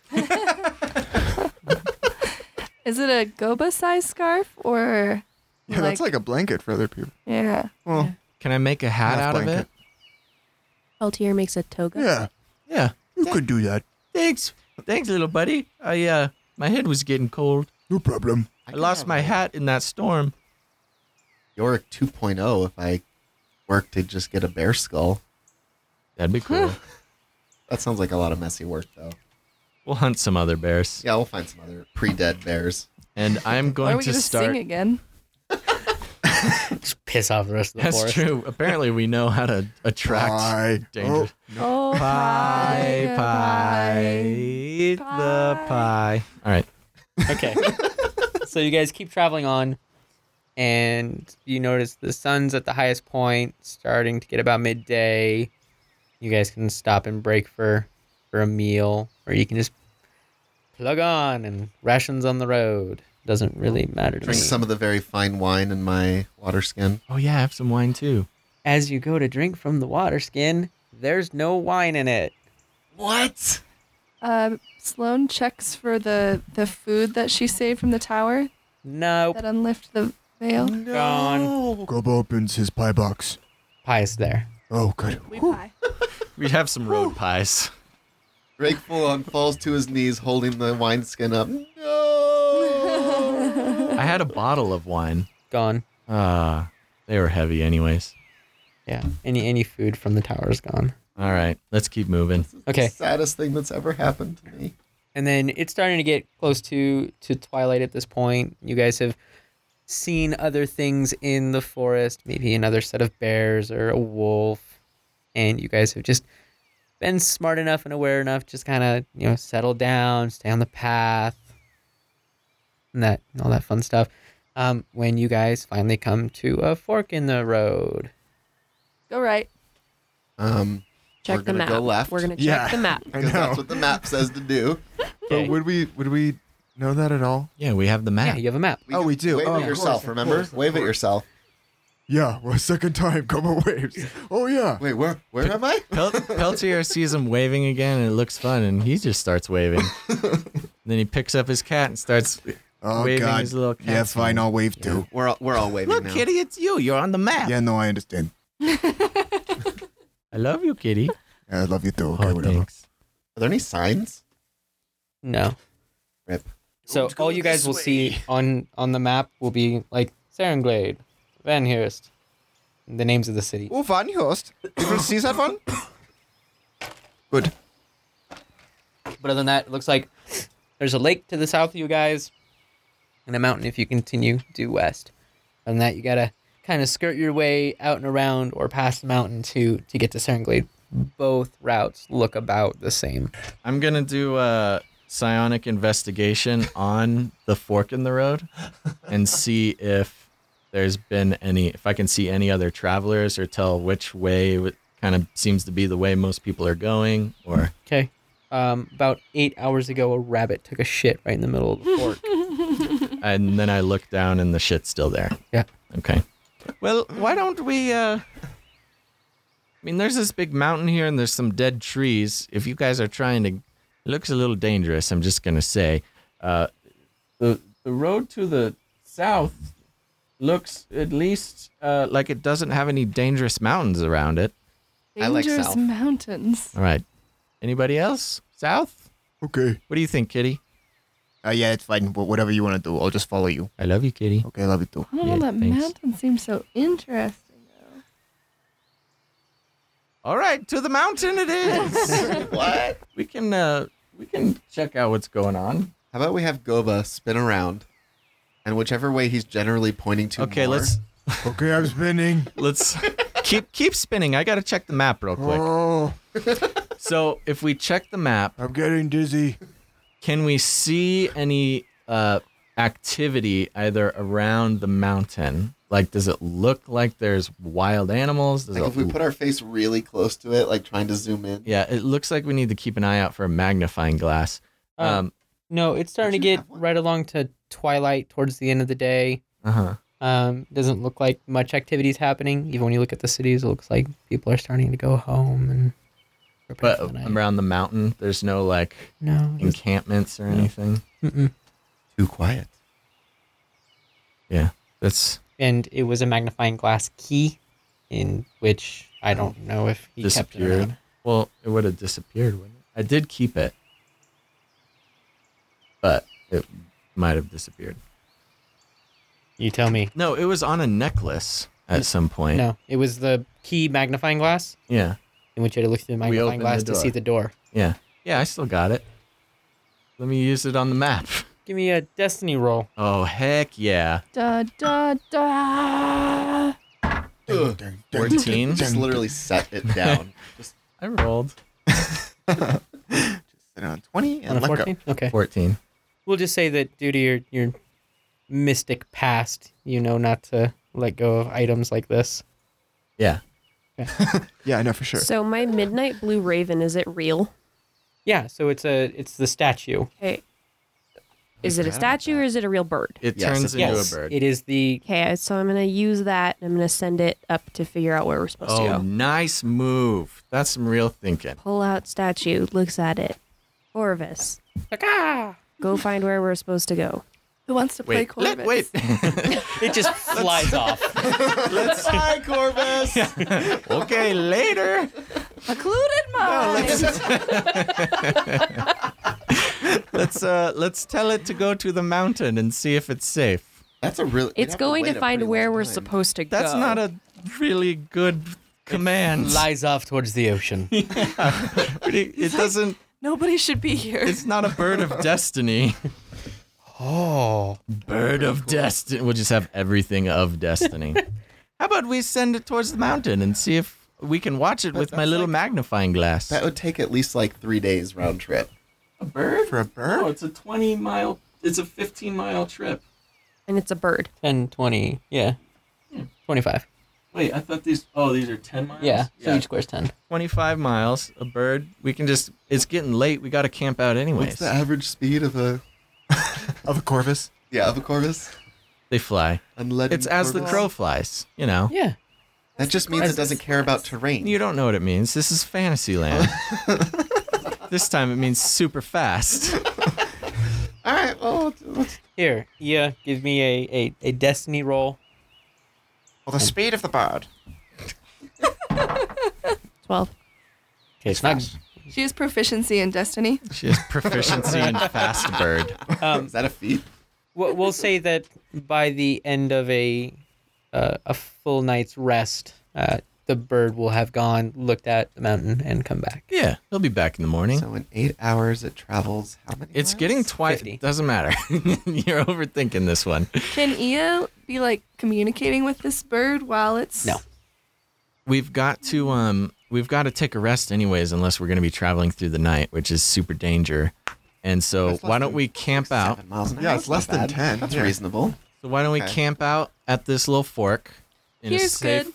Speaker 2: Is it a goba size scarf or
Speaker 10: Yeah, that's like a blanket for other people.
Speaker 2: yeah.
Speaker 10: Well,
Speaker 5: Can I make a hat
Speaker 10: Half
Speaker 5: out of it?
Speaker 10: blanket.
Speaker 9: Altier makes a toga.
Speaker 1: Yeah,
Speaker 5: Yeah.
Speaker 1: you could do that.
Speaker 5: Thanks. Thanks, little buddy. I uh my head was getting cold.
Speaker 1: No problem.
Speaker 5: I,
Speaker 3: could
Speaker 5: lost
Speaker 3: have
Speaker 5: my
Speaker 3: a
Speaker 5: hat in that storm.
Speaker 3: Yorick 2.0 if I work to just get a bear skull.
Speaker 5: That'd be cool.
Speaker 3: That sounds like a lot of messy work though.
Speaker 5: we'll hunt some other bears.
Speaker 3: Yeah, we'll find some other pre-dead bears.
Speaker 5: And I'm
Speaker 2: Are
Speaker 5: going
Speaker 2: we
Speaker 5: to
Speaker 2: gonna
Speaker 5: start
Speaker 2: sing again?
Speaker 4: Just piss off the rest of the
Speaker 5: That's
Speaker 4: forest.
Speaker 5: true. Apparently we know how to attract
Speaker 1: Bye.
Speaker 5: dangerous.
Speaker 2: Oh,
Speaker 5: Pie,
Speaker 2: pie,
Speaker 5: pie, eat the pie. All right.
Speaker 4: Okay. so you guys keep traveling on, and you notice the sun's at the highest point, starting to get about midday. You guys can stop and break for for a meal, or you can just plug on and rations on the road. Doesn't really matter to me.
Speaker 3: Drink some of the very fine wine in my water skin.
Speaker 5: Oh yeah, I have some wine too.
Speaker 4: As you go to drink from the water skin, there's no wine in it.
Speaker 3: What?
Speaker 2: Uh, Sloane checks for the the food that she saved from the tower
Speaker 4: Nope.
Speaker 2: that unlift the veil.
Speaker 4: Mm, Gone.
Speaker 1: Gobo opens his pie box.
Speaker 4: Pie's there.
Speaker 1: Oh, good.
Speaker 5: We'd have some road pies.
Speaker 3: Drake full on falls to his knees holding the wineskin up. No!
Speaker 5: I had a bottle of wine.
Speaker 4: Gone.
Speaker 5: Ah, they were heavy anyways.
Speaker 4: Yeah. Any any food from the tower is gone.
Speaker 5: All right, let's keep moving.
Speaker 4: Okay.
Speaker 3: Saddest thing that's ever happened to me.
Speaker 4: and then it's starting to get close to to twilight at this point you guys have seen other things in the forest maybe another set of bears or a wolf and you guys have just been smart enough and aware enough just kind of you know settle down stay on the path and that all that fun stuff um, when you guys finally come to a fork in the road
Speaker 2: Go right.
Speaker 3: Um,
Speaker 9: Check
Speaker 3: We're
Speaker 9: the
Speaker 3: gonna
Speaker 9: map.
Speaker 3: go left.
Speaker 9: We're gonna check
Speaker 10: Yeah.
Speaker 9: the map.
Speaker 10: I
Speaker 3: because that's
Speaker 10: know.
Speaker 3: what the map says to do.
Speaker 4: Okay.
Speaker 10: But would we would we know that at all?
Speaker 5: Yeah, we have the map.
Speaker 4: yeah you have a map
Speaker 10: Oh, we do.
Speaker 3: Wave
Speaker 10: Oh, of
Speaker 3: at
Speaker 10: course,
Speaker 3: yourself,
Speaker 10: of
Speaker 3: remember?
Speaker 10: course, of
Speaker 3: wave at
Speaker 10: course.
Speaker 3: yourself.
Speaker 1: Yeah, well, second time. Gobo waves. Oh, yeah.
Speaker 3: Wait, where where am I?
Speaker 5: Pel- Peltier sees him waving again, and it looks fun, and he just starts waving. then he picks up his cat and starts.
Speaker 1: Oh,
Speaker 5: Waving
Speaker 1: God.
Speaker 5: his little
Speaker 1: Yeah,
Speaker 5: cat's
Speaker 1: fine. I'll wave too.
Speaker 3: We're all, we're all waving
Speaker 5: Look,
Speaker 3: now.
Speaker 5: kitty, it's you. You're on the map.
Speaker 1: Yeah, no, I understand.
Speaker 5: I love you, kitty.
Speaker 1: Yeah, I love you too. Okay,
Speaker 5: Oh,
Speaker 1: whatever.
Speaker 5: thanks.
Speaker 3: Are there any signs?
Speaker 4: No.
Speaker 3: Rip.
Speaker 4: So all you guys will see on on the map will be like Serenglade, Van Heerst, the names of the city.
Speaker 10: Oh, Van Horst. Did you see that one? Good.
Speaker 4: But other than that, it looks like there's a lake to the south of you guys and a mountain if you continue due west. Other than that, you gotta kind of skirt your way out and around or past the mountain to to get to Serenglade. Both routes look about the same.
Speaker 5: I'm gonna do a psionic investigation on the fork in the road and see if there's been any, if I can see any other travelers or tell which way w- kind of seems to be the way most people are going. Or
Speaker 4: Okay. Um, about eight hours ago, a rabbit took a shit right in the middle of the fork.
Speaker 5: and then I look down and the shit's still there.
Speaker 4: Yeah.
Speaker 5: Okay. Well, why don't we? uh I mean, there's this big mountain here, and there's some dead trees. If you guys are trying to, it looks a little dangerous. I'm just gonna say, uh, the the road to the south looks at least uh, like it doesn't have any dangerous mountains around it.
Speaker 3: I like
Speaker 2: Dangerous
Speaker 3: south.
Speaker 2: mountains.
Speaker 5: All right. Anybody else? South?
Speaker 1: Okay.
Speaker 5: What do you think, Kitty?
Speaker 11: Uh, yeah, it's fine. Wh- Whatever you want to do, I'll just follow you.
Speaker 5: I love you, Kitty.
Speaker 11: Okay, I love you too.
Speaker 2: I don't
Speaker 5: Yeah,
Speaker 2: know, Oh, that
Speaker 5: thanks.
Speaker 2: mountain seems so interesting.
Speaker 5: All right, to the mountain it is. what? We can uh we can check out what's going on.
Speaker 3: How about we have Goba spin around, and whichever way he's generally pointing to.
Speaker 5: Okay,
Speaker 3: more-
Speaker 5: let's
Speaker 1: Okay, I'm spinning.
Speaker 5: let's keep keep spinning. I got to check the map real quick.
Speaker 1: Oh,
Speaker 5: So, if we check the map,
Speaker 1: I'm getting dizzy.
Speaker 5: can we see any uh activity either around the mountain? Like does it look like there's wild animals? Does
Speaker 3: Like
Speaker 5: it
Speaker 3: if we put our face really close to it, like trying to zoom in.
Speaker 5: Yeah, it looks like we need to keep an eye out for a magnifying glass.
Speaker 3: Oh.
Speaker 5: Um
Speaker 4: No, it's starting to get right along to twilight towards the end of the day.
Speaker 5: uh-huh.
Speaker 4: Um, doesn't look like much activity is happening. Even when you look at the cities, it looks like people are starting to go home and prepare
Speaker 5: But
Speaker 4: for the night.
Speaker 5: around the mountain, there's no like
Speaker 4: no, just-
Speaker 5: encampments or anything.
Speaker 4: mm-mm.
Speaker 3: Too quiet.
Speaker 5: Yeah, that's
Speaker 4: and it was a magnifying glass key, in which I don't know if he kept it.
Speaker 5: disappeared.
Speaker 4: around.
Speaker 5: Well, it would have disappeared, wouldn't it? I did keep it, but it might have disappeared.
Speaker 4: You tell me.
Speaker 5: No, it was on a necklace at some point.
Speaker 4: No, it was the key magnifying glass
Speaker 5: Yeah,
Speaker 4: in which you had to look through the magnifying
Speaker 5: opened the
Speaker 4: glass to see
Speaker 5: door.
Speaker 4: the door.
Speaker 5: yeah, yeah. I still got it. Let me use it on the map.
Speaker 4: Give me a destiny roll.
Speaker 5: Oh heck yeah!
Speaker 2: Da da da.
Speaker 3: Ugh.
Speaker 5: Fourteen.
Speaker 3: Just literally set it down. Just
Speaker 5: I rolled
Speaker 11: Sit on 20
Speaker 4: On
Speaker 11: and let
Speaker 4: a
Speaker 11: go.
Speaker 4: fourteen. Okay.
Speaker 5: fourteen.
Speaker 4: We'll just say that due to your your mystic past, you know not to let go of items like this.
Speaker 5: Yeah.
Speaker 10: Yeah, I know for sure.
Speaker 9: So my midnight blue raven is it real?
Speaker 4: Yeah, so it's a it's the statue.
Speaker 9: Okay. Is it a
Speaker 3: forgot about
Speaker 9: statue or is it a real bird?
Speaker 5: It
Speaker 3: Yes,
Speaker 5: turns
Speaker 3: it's-
Speaker 5: into
Speaker 4: yes,
Speaker 5: a bird.
Speaker 4: it is the
Speaker 9: Okay, so I'm gonna use that and I'm gonna send it up to figure out where we're supposed
Speaker 5: oh,
Speaker 9: to go.
Speaker 5: nice move. That's some real thinking.
Speaker 9: Pull out statue, looks at it. Corvus,
Speaker 4: Ah!
Speaker 9: go find where we're supposed to go.
Speaker 2: Who wants to play
Speaker 5: Wait,
Speaker 2: Corvus?
Speaker 5: let- wait.
Speaker 4: it just flies off.
Speaker 5: Let's fly, Corvus. okay, later.
Speaker 2: Occluded mind.
Speaker 5: Let's uh let's tell it to go to the mountain and see if it's safe.
Speaker 3: that's a really.
Speaker 9: It's going to, find where we're supposed to
Speaker 5: That's
Speaker 9: go.
Speaker 5: not a really good command.
Speaker 4: Flies off towards the ocean.
Speaker 5: it it doesn't
Speaker 2: Nobody should be here.
Speaker 5: it's not a bird of destiny.
Speaker 4: Oh.
Speaker 5: Bird of destiny. We'll just have everything of destiny. How about we send it towards the mountain and see if we can watch it with my
Speaker 3: that's
Speaker 5: little
Speaker 3: like-
Speaker 5: magnifying glass.
Speaker 3: That would take at least like three days round trip.
Speaker 5: a bird? Oh,
Speaker 10: For a bird?
Speaker 5: it's a 20 mile it's a 15 mile trip.
Speaker 9: and it's a bird.
Speaker 4: 10, 20, yeah. 25.
Speaker 5: Wait, I thought these oh, these are 10 miles.
Speaker 4: Yeah, so each square's 10.
Speaker 5: 25 miles, a bird. We can just, it's getting late. We got to camp out anyways.
Speaker 3: What's the average speed of a
Speaker 10: Of a Corvus?
Speaker 3: yeah of a Corvus?
Speaker 5: They fly.
Speaker 3: Unleaded
Speaker 5: It's as the
Speaker 3: Corvus?
Speaker 5: crow flies, you know.
Speaker 4: Yeah.
Speaker 3: That just means it doesn't care about terrain.
Speaker 5: You don't know what it means. This is fantasy land. this time it means super fast.
Speaker 3: All right. Well, let's-
Speaker 4: Here, yeah, give me a, a, a destiny roll.
Speaker 11: Well, the speed of the bird.
Speaker 9: Twelve.
Speaker 4: Okay, it's not.
Speaker 2: She has proficiency in destiny.
Speaker 5: She has proficiency in fast bird.
Speaker 4: Um,
Speaker 3: is that a feat?
Speaker 4: we'll, we'll say that by the end of a uh, a full night's rest, uh, the bird will have gone, looked at the mountain, and come back.
Speaker 5: Yeah, he'll be back in the morning. So
Speaker 3: in eight hours, it travels how many?
Speaker 5: It's getting twice. Doesn't matter. You're overthinking this one.
Speaker 2: Can Io be like communicating with this bird while it's
Speaker 4: No.
Speaker 5: We've got to um, we've got to take a rest anyways, unless we're going to be traveling through the night, which is super danger. And so why don't we camp out?
Speaker 3: Miles an hour.
Speaker 10: Yeah, it's less than 10.
Speaker 3: That's
Speaker 10: yeah.
Speaker 3: reasonable.
Speaker 5: So why don't we
Speaker 3: Okay.
Speaker 5: camp out at this little fork in a
Speaker 2: Here's
Speaker 5: safe
Speaker 2: good.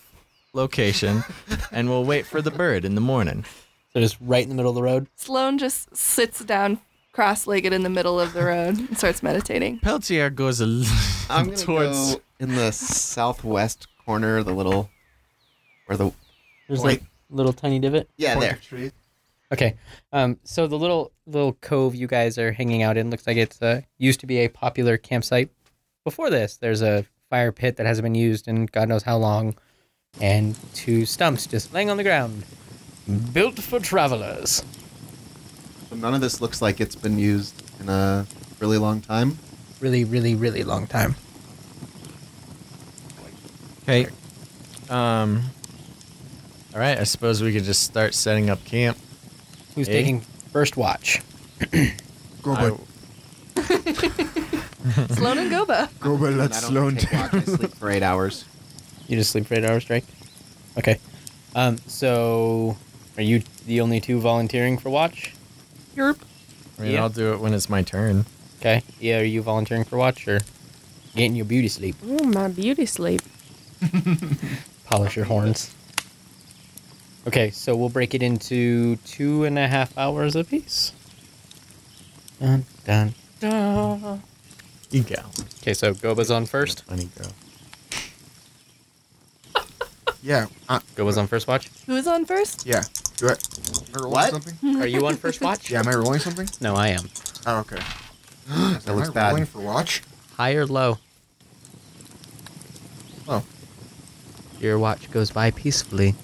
Speaker 5: location, and we'll wait for the bird in the morning.
Speaker 4: So just right in the middle of the road.
Speaker 2: Sloan just sits down cross legged in the middle of the road and starts meditating.
Speaker 5: Peltier goes a l-
Speaker 3: I'm gonna
Speaker 5: towards.
Speaker 3: go in the southwest corner, the little, or the
Speaker 4: There's
Speaker 3: Wait.
Speaker 4: like little tiny divot.
Speaker 3: yeah
Speaker 10: Fork
Speaker 3: there.
Speaker 10: of trees.
Speaker 4: Okay. Um. So the little little cove you guys are hanging out in looks like it's uh, used to be a popular campsite. Before this, there's a fire pit that hasn't been used in God knows how long, and two stumps just laying on the ground, built for travelers.
Speaker 3: None of this looks like it's been used in a really long time.
Speaker 4: Really, really, really long time.
Speaker 5: Okay. Um. All right. I suppose we could just start setting up camp.
Speaker 4: Who's
Speaker 5: Eh?
Speaker 4: taking first watch?
Speaker 10: Go
Speaker 5: I-
Speaker 10: by,
Speaker 2: Sloan and Goba.
Speaker 10: go by,
Speaker 3: And
Speaker 10: let
Speaker 3: I don't
Speaker 10: Sloan
Speaker 3: take
Speaker 10: down.
Speaker 3: watch, I sleep for eight hours.
Speaker 4: You just sleep for eight hours straight. Okay. Um. So, are you the only two volunteering for watch?
Speaker 5: I mean,
Speaker 4: Yeah.
Speaker 5: I'll do it when it's my turn.
Speaker 4: Okay. Yeah. Are you volunteering for watch or getting your beauty sleep?
Speaker 9: Oh, my beauty sleep.
Speaker 4: polish your horns. Okay, so we'll break it into two and a half hours apiece. Dun dun.
Speaker 5: You go.
Speaker 4: Okay, so Goba's on first.
Speaker 3: Funny girl.
Speaker 10: Yeah, uh,
Speaker 4: Goba's on first watch.
Speaker 2: Who is on first?
Speaker 10: yeah. Do I, am I rolling
Speaker 3: What?
Speaker 10: something?
Speaker 4: Are you on first watch?
Speaker 10: Yeah, am I rolling something?
Speaker 4: No, I am.
Speaker 10: Oh, okay.
Speaker 3: That looks
Speaker 10: am I
Speaker 3: bad.
Speaker 10: rolling for watch?
Speaker 4: High or low?
Speaker 10: Oh.
Speaker 4: Your watch goes by peacefully.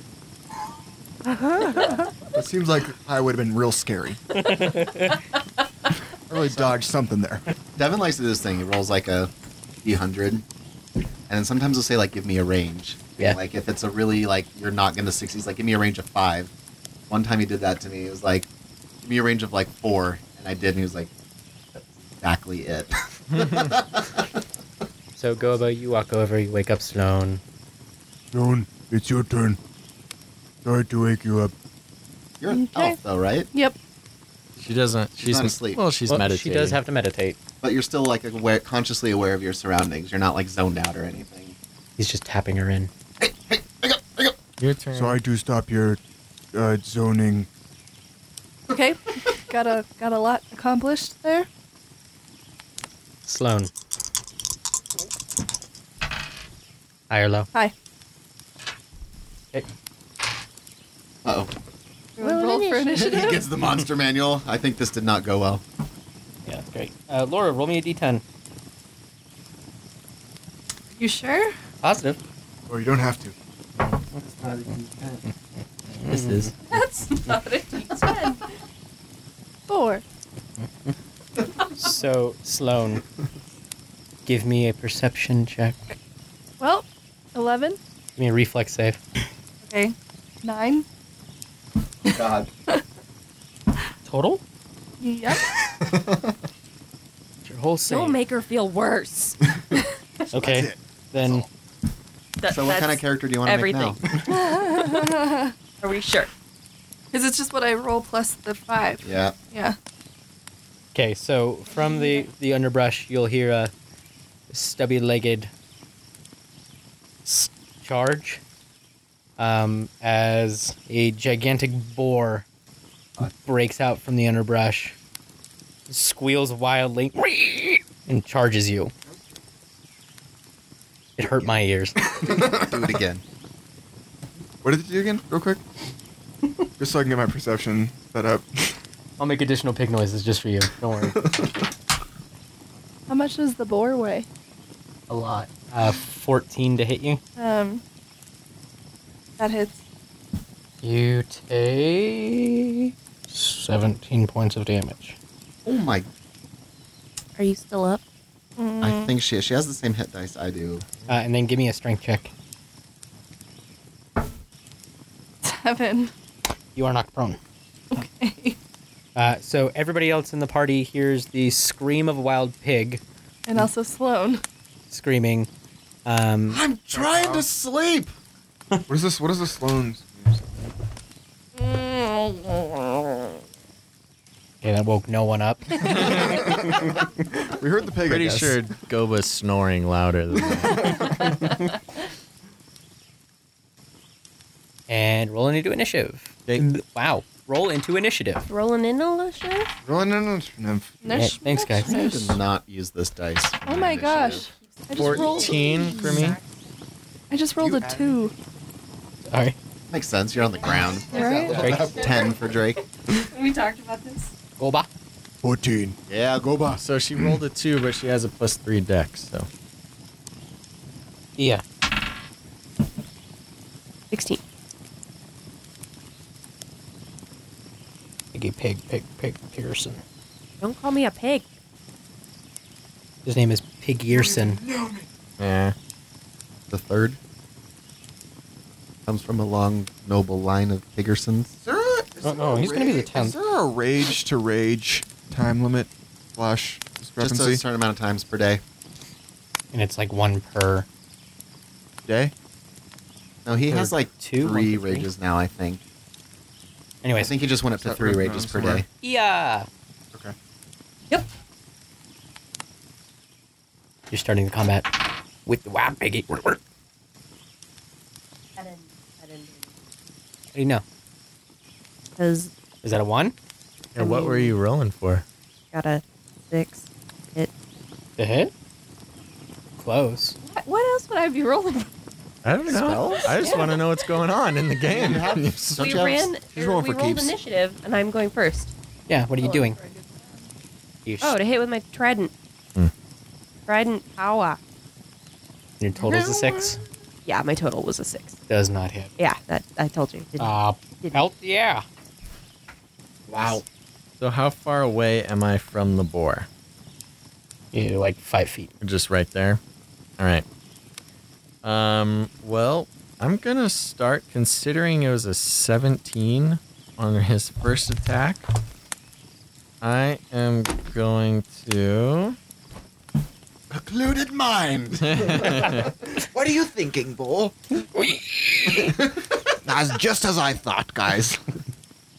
Speaker 10: That seems like I would have been real scary. I really dodged something there.
Speaker 3: Devin likes to do this thing. He rolls like a D100, and then sometimes he'll say like, "Give me a range."
Speaker 4: Yeah.
Speaker 3: Like if it's a really like you're not gonna six, he's like, "Give me a range of five. One time he did that to me. He was like, "Give me a range of like four. and I did, and he was like, "That's exactly it."
Speaker 4: So Goba, you walk over, you wake up Sloan.
Speaker 1: Sloan, it's your turn. Sorry to wake you up.
Speaker 3: you're an
Speaker 2: Okay.
Speaker 3: elf though, right?
Speaker 2: Yep.
Speaker 5: She doesn't. She's,
Speaker 3: not asleep.
Speaker 5: Well, she's
Speaker 4: Well,
Speaker 5: meditating.
Speaker 4: She does have to meditate.
Speaker 3: But you're still like aware, consciously aware of your surroundings. You're not like zoned out or anything.
Speaker 4: He's just tapping her in.
Speaker 5: your turn.
Speaker 1: Sorry to stop your uh, zoning.
Speaker 2: Okay. got a got a lot accomplished there.
Speaker 4: Sloan. High or low?
Speaker 2: Hi.
Speaker 3: Uh oh.
Speaker 2: Roll, for
Speaker 3: He
Speaker 2: initiative.
Speaker 3: gets the monster manual. I think this did not go well.
Speaker 4: Yeah, that's great. Uh, Laura, roll me a d10.
Speaker 2: You sure?
Speaker 4: Positive.
Speaker 1: Oh,
Speaker 10: Or you don't have to.
Speaker 5: This is.
Speaker 2: That's not a D10. Four.
Speaker 4: So, Sloan, give me a perception check.
Speaker 2: Well, eleven.
Speaker 4: Give me a reflex save.
Speaker 2: Okay. Nine.
Speaker 3: God.
Speaker 4: Total?
Speaker 2: Yep.
Speaker 4: Your whole save.
Speaker 9: Don't make her feel worse.
Speaker 4: okay. Then,
Speaker 8: That,
Speaker 3: So what kind of character do you want to make now?
Speaker 8: everything. Are we sure?
Speaker 2: Because it's just what I roll plus the five.
Speaker 3: Yeah.
Speaker 2: Yeah.
Speaker 4: okay, so from the, the underbrush, you'll hear a stubby legged charge um, as a gigantic boar breaks out from the underbrush, squeals wildly, and charges you. It hurt my ears.
Speaker 3: Do it again.
Speaker 10: What did it do again, real quick? Just so I can get my perception set up.
Speaker 4: I'll make additional pig noises just for you. Don't worry.
Speaker 2: How much does the boar weigh?
Speaker 4: A lot. Uh, 14 to hit you.
Speaker 2: Um. That hits.
Speaker 4: You take 17 points of damage.
Speaker 3: Oh my.
Speaker 9: Are you still up?
Speaker 2: Mm,
Speaker 3: I think she she has the same hit dice I do.
Speaker 4: Uh, and then give me a strength check.
Speaker 2: Seven.
Speaker 4: You are knocked prone. Uh, so everybody else in the party hears the scream of a wild pig
Speaker 2: And also Sloan.
Speaker 4: screaming. Um,
Speaker 3: I'm trying to sleep.
Speaker 10: What is this? What is the Sloan's?
Speaker 4: okay, that woke no one up.
Speaker 10: We heard the pig.
Speaker 5: Pretty
Speaker 10: I guess.
Speaker 5: sure Goba's snoring louder than that.
Speaker 4: and roll into initiative. Wow. Roll into initiative.
Speaker 9: Rolling in a little shit?
Speaker 10: Rolling in on
Speaker 4: Yeah, thanks, guys.
Speaker 3: I did not use this dice.
Speaker 2: Oh my gosh. I just rolled-
Speaker 5: for me.
Speaker 2: I just rolled a two.
Speaker 4: Sorry.
Speaker 3: Makes sense. You're on the ground.
Speaker 2: Right?
Speaker 4: Drake.
Speaker 3: Ten for Drake.
Speaker 8: We talked about this.
Speaker 4: Goba.
Speaker 5: 14.
Speaker 3: Yeah, Goba.
Speaker 5: So she rolled a 2, but she has a plus 3 deck, so.
Speaker 4: Yeah.
Speaker 9: 16.
Speaker 4: Piggy Pig Pig Pig Pearson.
Speaker 9: Don't call me a pig.
Speaker 4: His name is Pig Yearson.
Speaker 3: Yeah. The third comes from a long, noble line of Piggersons.
Speaker 10: Is there a, is
Speaker 4: Oh,
Speaker 10: there
Speaker 4: no,
Speaker 10: a
Speaker 4: he's gonna be the
Speaker 10: rage-
Speaker 4: tenth.
Speaker 10: Is there a rage to rage time limit slash
Speaker 3: Just
Speaker 10: discrepancy
Speaker 3: a certain amount of times per day.
Speaker 4: And it's like one per.
Speaker 10: day?
Speaker 3: No, he
Speaker 4: Or
Speaker 3: has like
Speaker 4: two, one
Speaker 3: three
Speaker 4: to three?
Speaker 3: rages now. I think. I
Speaker 4: Anyways.
Speaker 3: think he just went up to
Speaker 10: Is that
Speaker 3: three
Speaker 10: written
Speaker 3: rages
Speaker 10: down
Speaker 3: per
Speaker 10: somewhere?
Speaker 3: day.
Speaker 4: Yeah.
Speaker 10: Okay.
Speaker 4: You're starting the combat with the wow piggy. Work, work.
Speaker 8: I didn't. I didn't.
Speaker 4: How do you know?
Speaker 9: Because
Speaker 4: Is that a one?
Speaker 5: Yeah, what were you rolling for?
Speaker 9: got a six hit.
Speaker 4: The hit? Close.
Speaker 9: What- What else would I be rolling?
Speaker 5: I don't know.
Speaker 3: Spells?
Speaker 5: I just want to know what's going on in the game.
Speaker 3: Don't
Speaker 9: we
Speaker 3: you have-
Speaker 9: ran.
Speaker 3: he's
Speaker 9: er,
Speaker 3: rolling
Speaker 9: we
Speaker 3: for
Speaker 9: rolled
Speaker 3: keeps.
Speaker 9: initiative, and I'm going first.
Speaker 4: Yeah, what are you doing? You
Speaker 9: Oh, to hit with my trident.
Speaker 5: Hmm.
Speaker 9: Trident power.
Speaker 4: Your total's a six.
Speaker 9: Yeah, my total was a six.
Speaker 4: Does not hit.
Speaker 9: Yeah, that I told you. Didn't-
Speaker 4: Uh,
Speaker 9: didn't-
Speaker 4: health? Yeah. Wow.
Speaker 5: So how far away am I from the boar?
Speaker 4: You're like five feet.
Speaker 5: Just right there. All right. Um. Well, I'm gonna start considering it was a 17 on his first attack. I am going to.
Speaker 11: Occluded mind. what are you thinking, Bull? That's just as I thought, guys.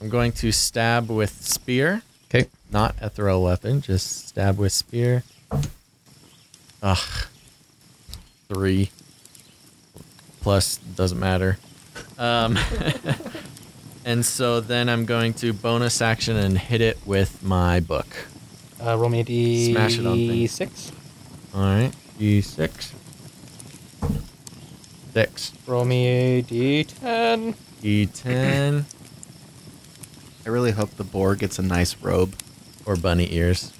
Speaker 5: I'm going to stab with spear.
Speaker 4: Okay.
Speaker 5: Not a throw weapon, just stab with spear. Ugh. Three. Plus, doesn't matter. Um, and so then I'm going to bonus action and hit it with my book.
Speaker 4: Uh, roll me a d
Speaker 5: Smash it on things.
Speaker 4: six.
Speaker 5: All right. E D6. Six. E
Speaker 4: Roll me a d ten.
Speaker 5: D10.
Speaker 3: I really hope the boar gets a nice robe.
Speaker 5: or bunny ears.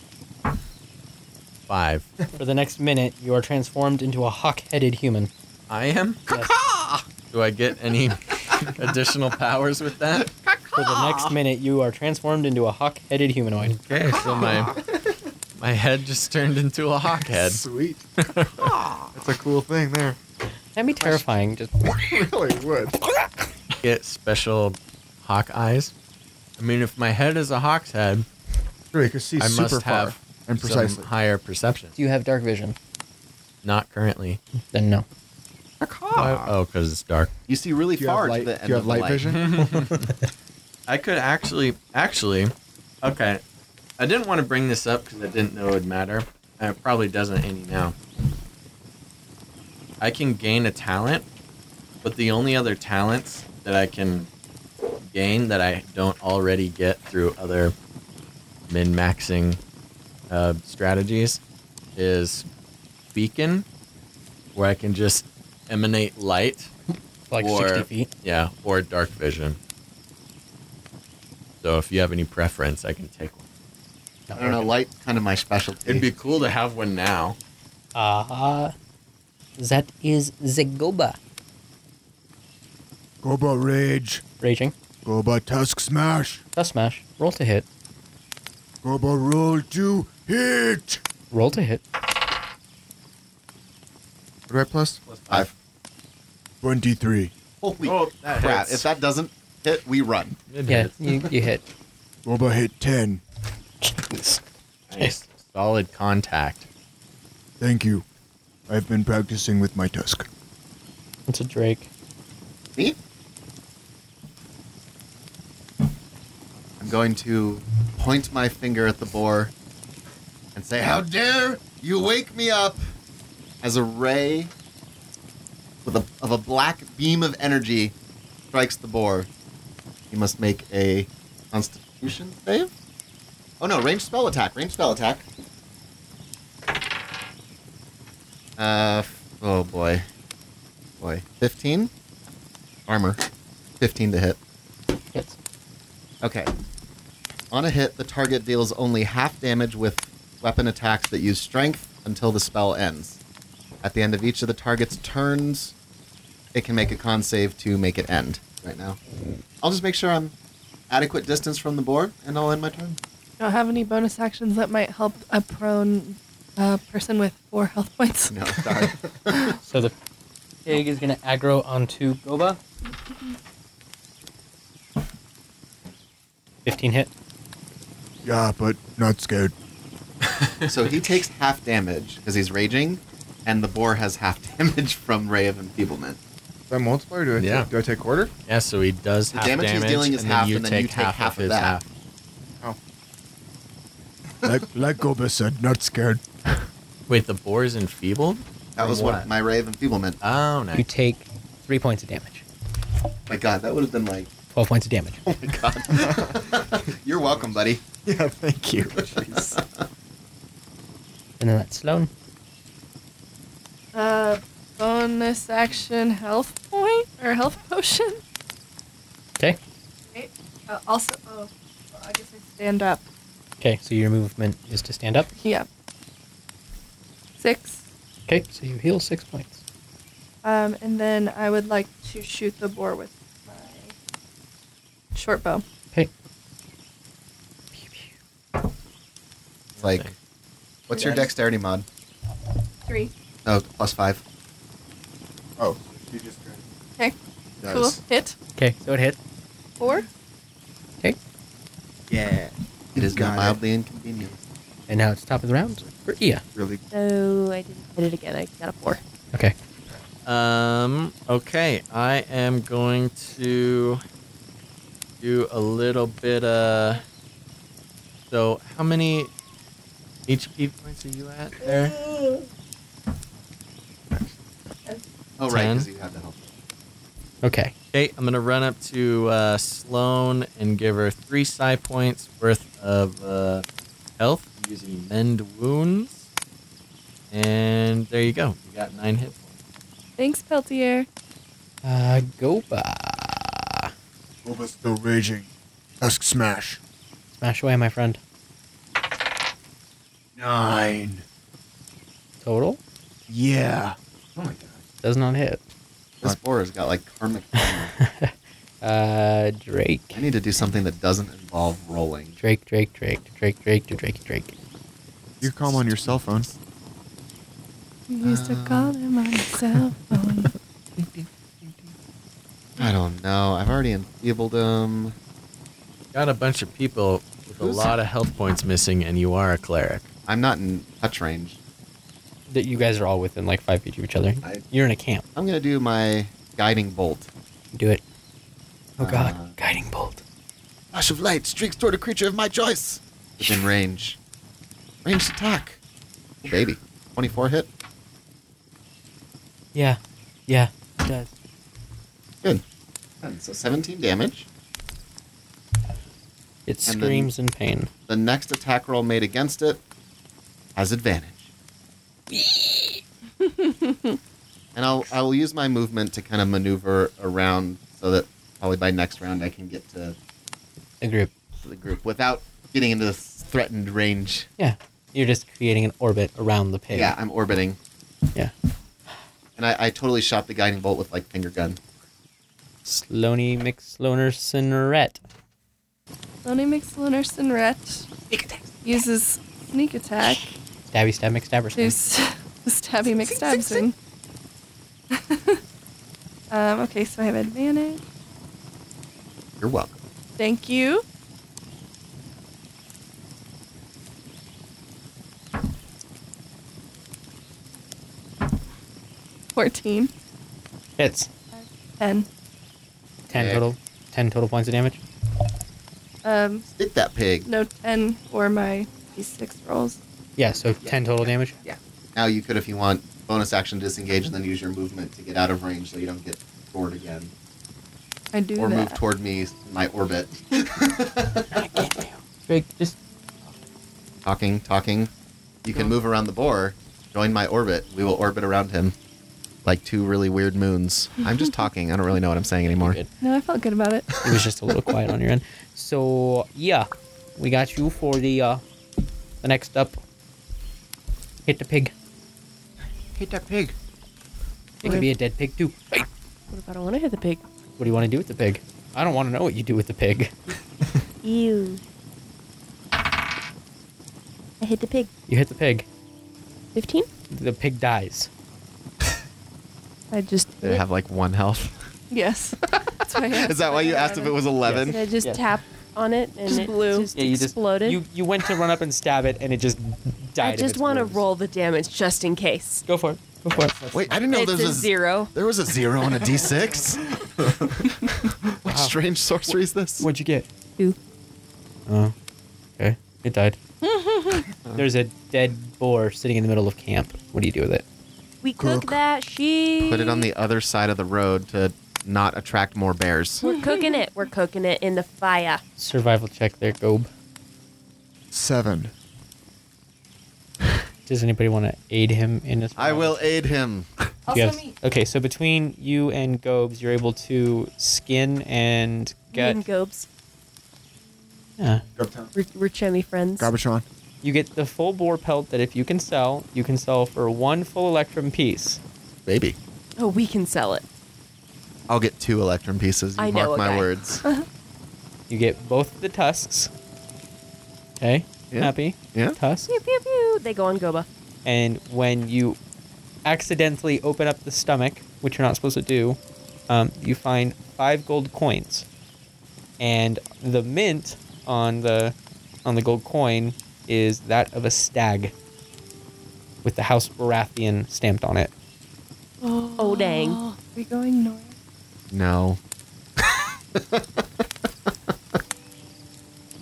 Speaker 5: Five.
Speaker 4: For the next minute, you are transformed into a hawk-headed human.
Speaker 5: I am?
Speaker 4: Yes.
Speaker 5: Do I get any additional powers with that?
Speaker 4: For the next minute, you are transformed into a hawk-headed humanoid.
Speaker 5: Okay, so my my head just turned into a hawk head.
Speaker 10: Sweet. Ah, That's a cool thing there.
Speaker 4: That'd be terrifying. Just
Speaker 10: really would.
Speaker 5: Get special hawk eyes. I mean, if my head is a hawk's head,
Speaker 10: Sure, you could see
Speaker 5: I
Speaker 10: super
Speaker 5: must
Speaker 10: far
Speaker 5: have
Speaker 10: and
Speaker 5: some
Speaker 10: precisely.
Speaker 5: higher perception.
Speaker 4: do you have dark vision?
Speaker 5: Not currently.
Speaker 4: Then no.
Speaker 5: Why- Oh, because it's dark.
Speaker 3: You see really
Speaker 10: Do you have
Speaker 3: far
Speaker 10: light,
Speaker 3: to the end
Speaker 10: do you
Speaker 3: of
Speaker 10: have
Speaker 3: the
Speaker 10: light
Speaker 3: light.
Speaker 10: vision?
Speaker 5: I could actually, actually, okay. I didn't want to bring this up because I didn't know it would matter. And it probably doesn't any now. I can gain a talent, but the only other talents that I can gain that I don't already get through other min maxing uh, strategies is beacon, where I can just emanate light.
Speaker 4: Like
Speaker 5: Or-
Speaker 4: sixty feet.
Speaker 5: Yeah, or dark vision. So if you have any preference, I can take one.
Speaker 3: I don't know. Light kind of my specialty.
Speaker 5: It'd be cool to have one now.
Speaker 4: Uh, that is Zegoba
Speaker 1: Goba rage.
Speaker 4: raging.
Speaker 1: Goba tusk smash.
Speaker 4: Dust smash. Roll to hit.
Speaker 1: Goba roll to hit.
Speaker 4: Roll to hit.
Speaker 10: What do I plus?
Speaker 3: I've,
Speaker 1: Twenty-three.
Speaker 3: holy
Speaker 5: Oh, that
Speaker 3: crap!
Speaker 5: hits.
Speaker 3: If that doesn't hit, we run.
Speaker 4: Yeah, you, you hit.
Speaker 1: What about hit 10?
Speaker 3: Nice. Solid contact.
Speaker 1: Thank you. I've been practicing with my tusk.
Speaker 4: It's a drake.
Speaker 3: Me? I'm going to point my finger at the boar and say, How dare you wake me up! As a ray with a, of a black beam of energy strikes the boar. He must make a constitution save? Oh no, range spell attack, range spell attack. Uh, f- oh boy. Boy. 15? Armor. 15 to hit.
Speaker 4: Hits.
Speaker 3: Okay. On a hit, the target deals only half damage with weapon attacks that use strength until the spell ends. At the end of each of the target's turns, it can make a con save to make it end right now. I'll just make sure I'm adequate distance from the board and I'll end my turn.
Speaker 2: Don't have any bonus actions that might help a prone uh, person with four health points.
Speaker 3: No, sorry.
Speaker 4: So the pig is gonna aggro onto Goba. Fifteen hit.
Speaker 1: Yeah, but not scared.
Speaker 3: so he takes half damage because he's raging, and the boar has half damage from Ray of Enfeeblement.
Speaker 10: Is that multiplier? Do I,
Speaker 5: Yeah.
Speaker 10: take, do I take quarter?
Speaker 5: Yeah, so he does
Speaker 3: The
Speaker 5: half
Speaker 3: damage
Speaker 5: damage,
Speaker 3: he's dealing is
Speaker 5: and
Speaker 3: half,
Speaker 5: then you
Speaker 3: and then
Speaker 5: take
Speaker 3: you take
Speaker 5: half,
Speaker 3: half
Speaker 5: of
Speaker 3: of
Speaker 5: his
Speaker 3: that.
Speaker 5: half.
Speaker 1: Like, like Goba said, not scared.
Speaker 5: Wait, the boar is enfeebled?
Speaker 3: That
Speaker 5: Or
Speaker 3: was what Uh. my Ray of Enfeeblement.
Speaker 5: Oh,
Speaker 4: You
Speaker 5: nice.
Speaker 4: take three points of damage.
Speaker 3: my God, that would have been like,
Speaker 4: Twelve points of damage.
Speaker 3: oh my God. You're welcome, buddy.
Speaker 11: Yeah, thank you.
Speaker 4: And then that's Sloan.
Speaker 2: Uh, bonus action health point or health potion.
Speaker 4: Okay.
Speaker 2: Right. Uh, also, oh, well, I guess I stand up.
Speaker 4: Okay, so your movement is to stand up.
Speaker 2: Yeah. Six.
Speaker 4: Okay, so you heal six points.
Speaker 2: Um, and then I would like to shoot the boar with my short bow.
Speaker 4: Okay.
Speaker 3: It's like,
Speaker 5: Thing.
Speaker 3: what's your dexterity mod?
Speaker 2: Three.
Speaker 3: Oh, plus five.
Speaker 10: Oh, you just grabbed
Speaker 2: Okay. Cool.
Speaker 10: Nice.
Speaker 2: Hit.
Speaker 4: Okay, so it hit.
Speaker 2: Four.
Speaker 4: Okay.
Speaker 11: Yeah.
Speaker 3: It is
Speaker 11: Got
Speaker 3: now
Speaker 11: it.
Speaker 3: mildly inconvenient.
Speaker 4: And now it's top of the round for Ia.
Speaker 10: really.
Speaker 9: No, I didn't hit it again. I got a four.
Speaker 4: Okay.
Speaker 5: Um, okay, I am going to do a little bit of. So, how many HP points are you at there?
Speaker 3: Oh, right,
Speaker 5: Ten.
Speaker 3: because you had the help.
Speaker 4: Okay.
Speaker 5: Okay, I'm gonna run up to uh, Sloane and give her three psi points worth of uh, health using mend wounds. And there you go. You got nine hit points.
Speaker 2: Thanks, Peltier.
Speaker 4: Uh, Goba.
Speaker 1: Goba's still raging. Tusk smash.
Speaker 4: Smash away, my friend.
Speaker 11: Nine.
Speaker 4: Total
Speaker 11: Yeah.
Speaker 3: Oh my God.
Speaker 4: does not hit.
Speaker 3: This boar has got like karmic. karma.
Speaker 4: Uh, Drake.
Speaker 3: I need to do something that doesn't involve rolling.
Speaker 4: Drake, Drake, Drake, Drake, Drake, Drake, Drake.
Speaker 10: You can call him on your cell phone.
Speaker 2: Used to call him on his cell phone.
Speaker 3: I don't know. I've already enfeebled him.
Speaker 5: Got a bunch of people with a
Speaker 3: Who's-
Speaker 5: lot of health points missing, and you are a cleric.
Speaker 3: I'm not in touch range.
Speaker 4: That you guys are all within like five feet of each other.
Speaker 3: I-
Speaker 4: You're in a camp.
Speaker 3: I'm gonna do my guiding bolt.
Speaker 4: Do it. Oh God,
Speaker 3: Uh,
Speaker 4: guiding bolt.
Speaker 3: Flash of light streaks toward a creature of my choice within range. Ranged attack. Oh, baby, 24 hit.
Speaker 4: Yeah, yeah, it does.
Speaker 3: Good. And so 17 damage.
Speaker 4: It
Speaker 3: And then-
Speaker 4: screams in pain.
Speaker 3: The next attack roll made against it has advantage. and I'll I will use my movement to kind of maneuver around so that probably by next round I can get to
Speaker 4: A group.
Speaker 3: to the group without getting into this threatened range.
Speaker 4: Yeah, you're just creating an orbit around the pig.
Speaker 3: Yeah, I'm orbiting.
Speaker 4: yeah.
Speaker 3: And I, I totally shot the guiding bolt with like finger gun.
Speaker 4: Sloney McSloner Cineret.
Speaker 2: Lonnie McSloner and Ret uses sneak attack
Speaker 4: Stabby stab McStabber.
Speaker 2: to
Speaker 4: stab.
Speaker 2: s- stabby McStabson. um, okay, so I have advantage.
Speaker 3: You're welcome.
Speaker 2: Thank you. Fourteen.
Speaker 4: Hits.
Speaker 2: Ten.
Speaker 4: Ten
Speaker 3: Okay.
Speaker 4: total. Ten total points of damage.
Speaker 2: Um,
Speaker 3: Hit that pig.
Speaker 2: no ten or my d6 rolls.
Speaker 4: Yeah, so ten total damage.
Speaker 3: Yeah. Now you could, if you want, bonus action disengage and then use your movement to get out of range so you don't get bored again.
Speaker 2: I do
Speaker 3: or
Speaker 2: that.
Speaker 3: move toward me, in my orbit.
Speaker 4: Drake, just
Speaker 3: Talking, talking. You can move around the boar. Join my orbit. We will orbit around him. Like two really weird moons. I'm just talking. I don't really know what I'm saying anymore.
Speaker 2: no, I felt good about it.
Speaker 4: It was just a little quiet on your end. So yeah, we got you for the uh, the next up. Hit the pig.
Speaker 11: Hit that pig.
Speaker 4: It could be a dead pig too.
Speaker 9: What if I don't want to hit the pig?
Speaker 4: What do you want to do with the pig? I don't want to know what you do with the pig.
Speaker 9: Ew. I hit the pig.
Speaker 4: You hit the pig.
Speaker 9: 15?
Speaker 4: The pig dies.
Speaker 9: I just.
Speaker 3: Did it have like one health?
Speaker 2: Yes. That's why I
Speaker 3: Is that why you asked if it was 11?
Speaker 9: Did I just
Speaker 4: Yes.
Speaker 9: tap on it and
Speaker 2: Just
Speaker 9: it
Speaker 2: blew.
Speaker 9: just exploded?
Speaker 4: You you went to run up and stab it, and it just died.
Speaker 9: I just want to roll the damage just in case.
Speaker 4: Go for it. Go for it.
Speaker 3: Wait, I didn't know
Speaker 9: It's
Speaker 3: there
Speaker 9: a
Speaker 3: was
Speaker 9: zero.
Speaker 3: There was a zero and a d6. what strange sorcery is this?
Speaker 4: What'd you get?
Speaker 9: Two.
Speaker 4: Oh, okay. It died.
Speaker 9: Uh-huh.
Speaker 4: There's a dead boar sitting in the middle of camp. What do you do with it?
Speaker 9: We cook, that sheep.
Speaker 3: Put it on the other side of the road to not attract more bears.
Speaker 9: We're cooking it. We're cooking it in the fire.
Speaker 4: Survival check there, Gob.
Speaker 11: Seven.
Speaker 4: Does anybody want to aid him in this?
Speaker 3: I will aid him.
Speaker 4: You have- Okay, so between you and Gobes, you're able to skin and
Speaker 9: Get.
Speaker 4: gut.
Speaker 9: and Gobes.
Speaker 4: Yeah.
Speaker 5: Oh.
Speaker 9: We're, we're chummy friends.
Speaker 11: Garbatron.
Speaker 4: You get the full boar pelt that if you can sell, you can sell for one full electrum piece.
Speaker 3: Baby.
Speaker 9: Oh, we can sell it.
Speaker 3: I'll get two electrum pieces. You
Speaker 9: I know a
Speaker 3: mark my
Speaker 9: guy.
Speaker 3: words.
Speaker 4: You get both the tusks. Okay.
Speaker 3: Yeah.
Speaker 4: Happy.
Speaker 3: Yeah.
Speaker 4: Tusk.
Speaker 9: Pew pew pew. They go on Goba.
Speaker 4: And when you accidentally open up the stomach, which you're not supposed to do, um, you find five gold coins. And the mint on the on the gold coin is that of a stag with the House Baratheon stamped on it.
Speaker 2: Oh,
Speaker 9: Oh, dang.
Speaker 2: Are we going north?
Speaker 3: No.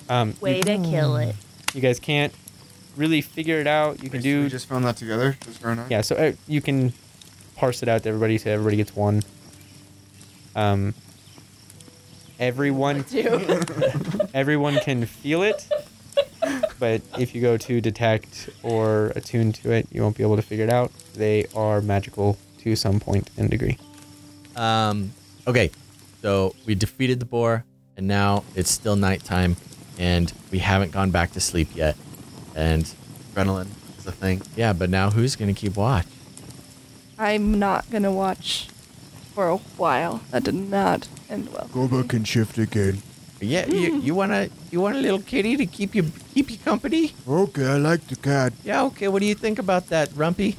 Speaker 4: Um,
Speaker 9: Way to
Speaker 3: Mm.
Speaker 9: kill it.
Speaker 4: you guys can't really figure it out. You can
Speaker 10: Wait, so
Speaker 4: do
Speaker 10: we just found that together. Just for an
Speaker 4: yeah. So uh, you can parse it out to everybody, so everybody gets one. Um, everyone, everyone can feel it, but if you go to detect or attune to it, you won't be able to figure it out. They are magical to some point and degree.
Speaker 5: Um, okay, so we defeated the boar, and now it's still nighttime, and we haven't gone back to sleep yet. And
Speaker 3: Adrenaline is a thing.
Speaker 5: yeah, but now who's gonna keep watch?
Speaker 2: I'm not gonna watch for a while. That did not end well.
Speaker 1: Goba can shift again.
Speaker 5: Yeah, you,
Speaker 9: Hmm.
Speaker 5: you wanna you want a little kitty to keep you keep you company?
Speaker 1: Okay, I like the cat.
Speaker 5: Yeah, okay. What do you think about that, Rumpy?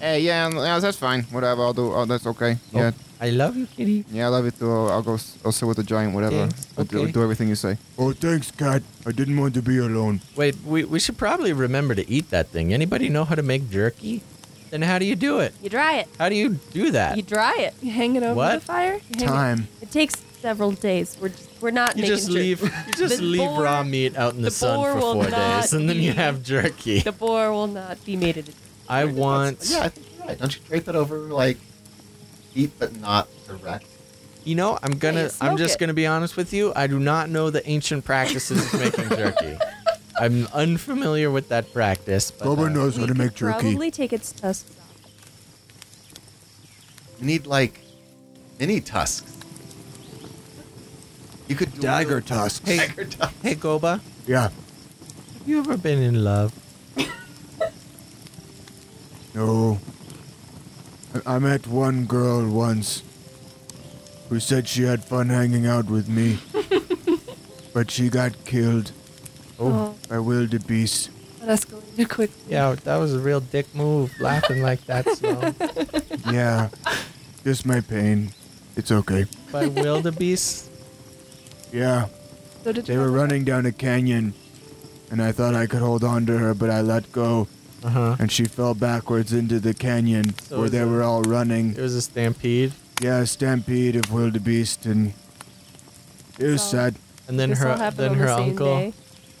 Speaker 11: Hey, yeah, n- yeah, that's fine. Whatever, I'll do. Oh, that's okay. Yeah,
Speaker 5: I love you, kitty.
Speaker 11: yeah, I love it too. I'll I'll go. s- I'll sit with the giant. Whatever.
Speaker 5: Thanks.
Speaker 11: I'll do,
Speaker 5: Okay.
Speaker 11: do everything you say.
Speaker 1: Oh, thanks, cat. I didn't want to be alone.
Speaker 5: Wait, we, we should probably remember to eat that thing. Anybody know how to make jerky? Then how do you do it?
Speaker 9: You dry it.
Speaker 5: How do you do
Speaker 3: Uh.
Speaker 5: that?
Speaker 9: You dry it.
Speaker 2: You hang it over the
Speaker 5: What?
Speaker 2: fire. You
Speaker 3: Oh.
Speaker 2: hang it-
Speaker 11: Time.
Speaker 9: It takes several days. We're just, we're not
Speaker 5: You
Speaker 9: making
Speaker 5: just
Speaker 9: sure.
Speaker 5: leave you just
Speaker 9: The
Speaker 5: leave raw
Speaker 9: boar-
Speaker 5: meat out in the,
Speaker 9: the
Speaker 5: sun
Speaker 9: boar
Speaker 5: for
Speaker 9: will
Speaker 5: four
Speaker 9: not
Speaker 5: days, and then you
Speaker 9: eat
Speaker 5: have jerky.
Speaker 9: The boar will not be made. At
Speaker 5: I want.
Speaker 3: Yeah, I think you're right. Don't you drape it over like deep but not direct?
Speaker 5: You know, I'm gonna.
Speaker 2: you
Speaker 5: I'm
Speaker 2: smoke
Speaker 5: just
Speaker 2: it.
Speaker 5: gonna be honest with you. I do not know the ancient practices of making jerky. I'm unfamiliar with that practice. But, uh,
Speaker 1: Goba knows how
Speaker 9: we
Speaker 1: to
Speaker 9: could
Speaker 1: make jerky.
Speaker 9: Probably take its tusks off.
Speaker 3: You need like mini tusks. You could do a
Speaker 1: Dagger
Speaker 3: little-
Speaker 1: tusks.
Speaker 5: Hey, hey, Goba.
Speaker 1: Yeah.
Speaker 5: Have you ever been in love?
Speaker 1: No. I, I met one girl once who said she had fun hanging out with me, but she got killed
Speaker 2: Oh,
Speaker 1: by wildebeest.
Speaker 2: that escalated quickly.
Speaker 5: Yeah, that was a real dick move. Laughing like that, so
Speaker 1: Yeah. Just my pain. It's okay.
Speaker 5: by wildebeest.
Speaker 1: Yeah.
Speaker 2: So did
Speaker 1: they were running down a canyon, and I thought I could hold on to her, but I let go,
Speaker 5: Uh-huh.
Speaker 1: and she fell backwards into the canyon
Speaker 5: So
Speaker 1: where
Speaker 5: is
Speaker 1: they
Speaker 5: it-
Speaker 1: were all running.
Speaker 5: It was a stampede.
Speaker 1: Yeah, a stampede of wildebeest, and it was sad.
Speaker 5: And then
Speaker 9: This all
Speaker 5: her
Speaker 9: happened
Speaker 5: then
Speaker 9: on the
Speaker 5: her
Speaker 9: same
Speaker 5: uncle
Speaker 9: day?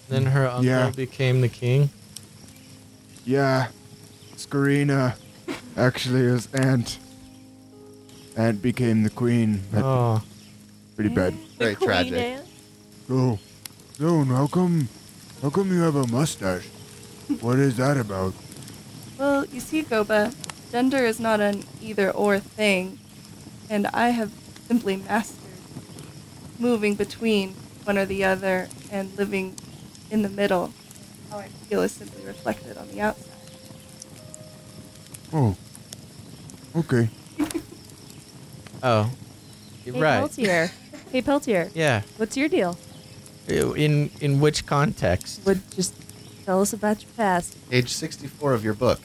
Speaker 5: then her uncle
Speaker 1: Yeah.
Speaker 5: became the king.
Speaker 1: Yeah, Scarina actually was aunt. Aunt became the queen. but
Speaker 5: Oh.
Speaker 1: Pretty bad.
Speaker 3: Very tragic.
Speaker 1: Oh, Zone, how come, how come you have a mustache? What is that about?
Speaker 2: Well, you see, Goba, gender is not an either or thing, and I have simply mastered moving between one or the other and living in the middle. How I feel is simply reflected on the outside.
Speaker 1: Oh, okay.
Speaker 5: Oh. You're
Speaker 9: Hey
Speaker 5: right.
Speaker 9: Peltier. Hey Peltier.
Speaker 5: Yeah.
Speaker 9: What's your deal?
Speaker 5: In in which context?
Speaker 9: Would just tell us about your past.
Speaker 3: Page 64 of your book.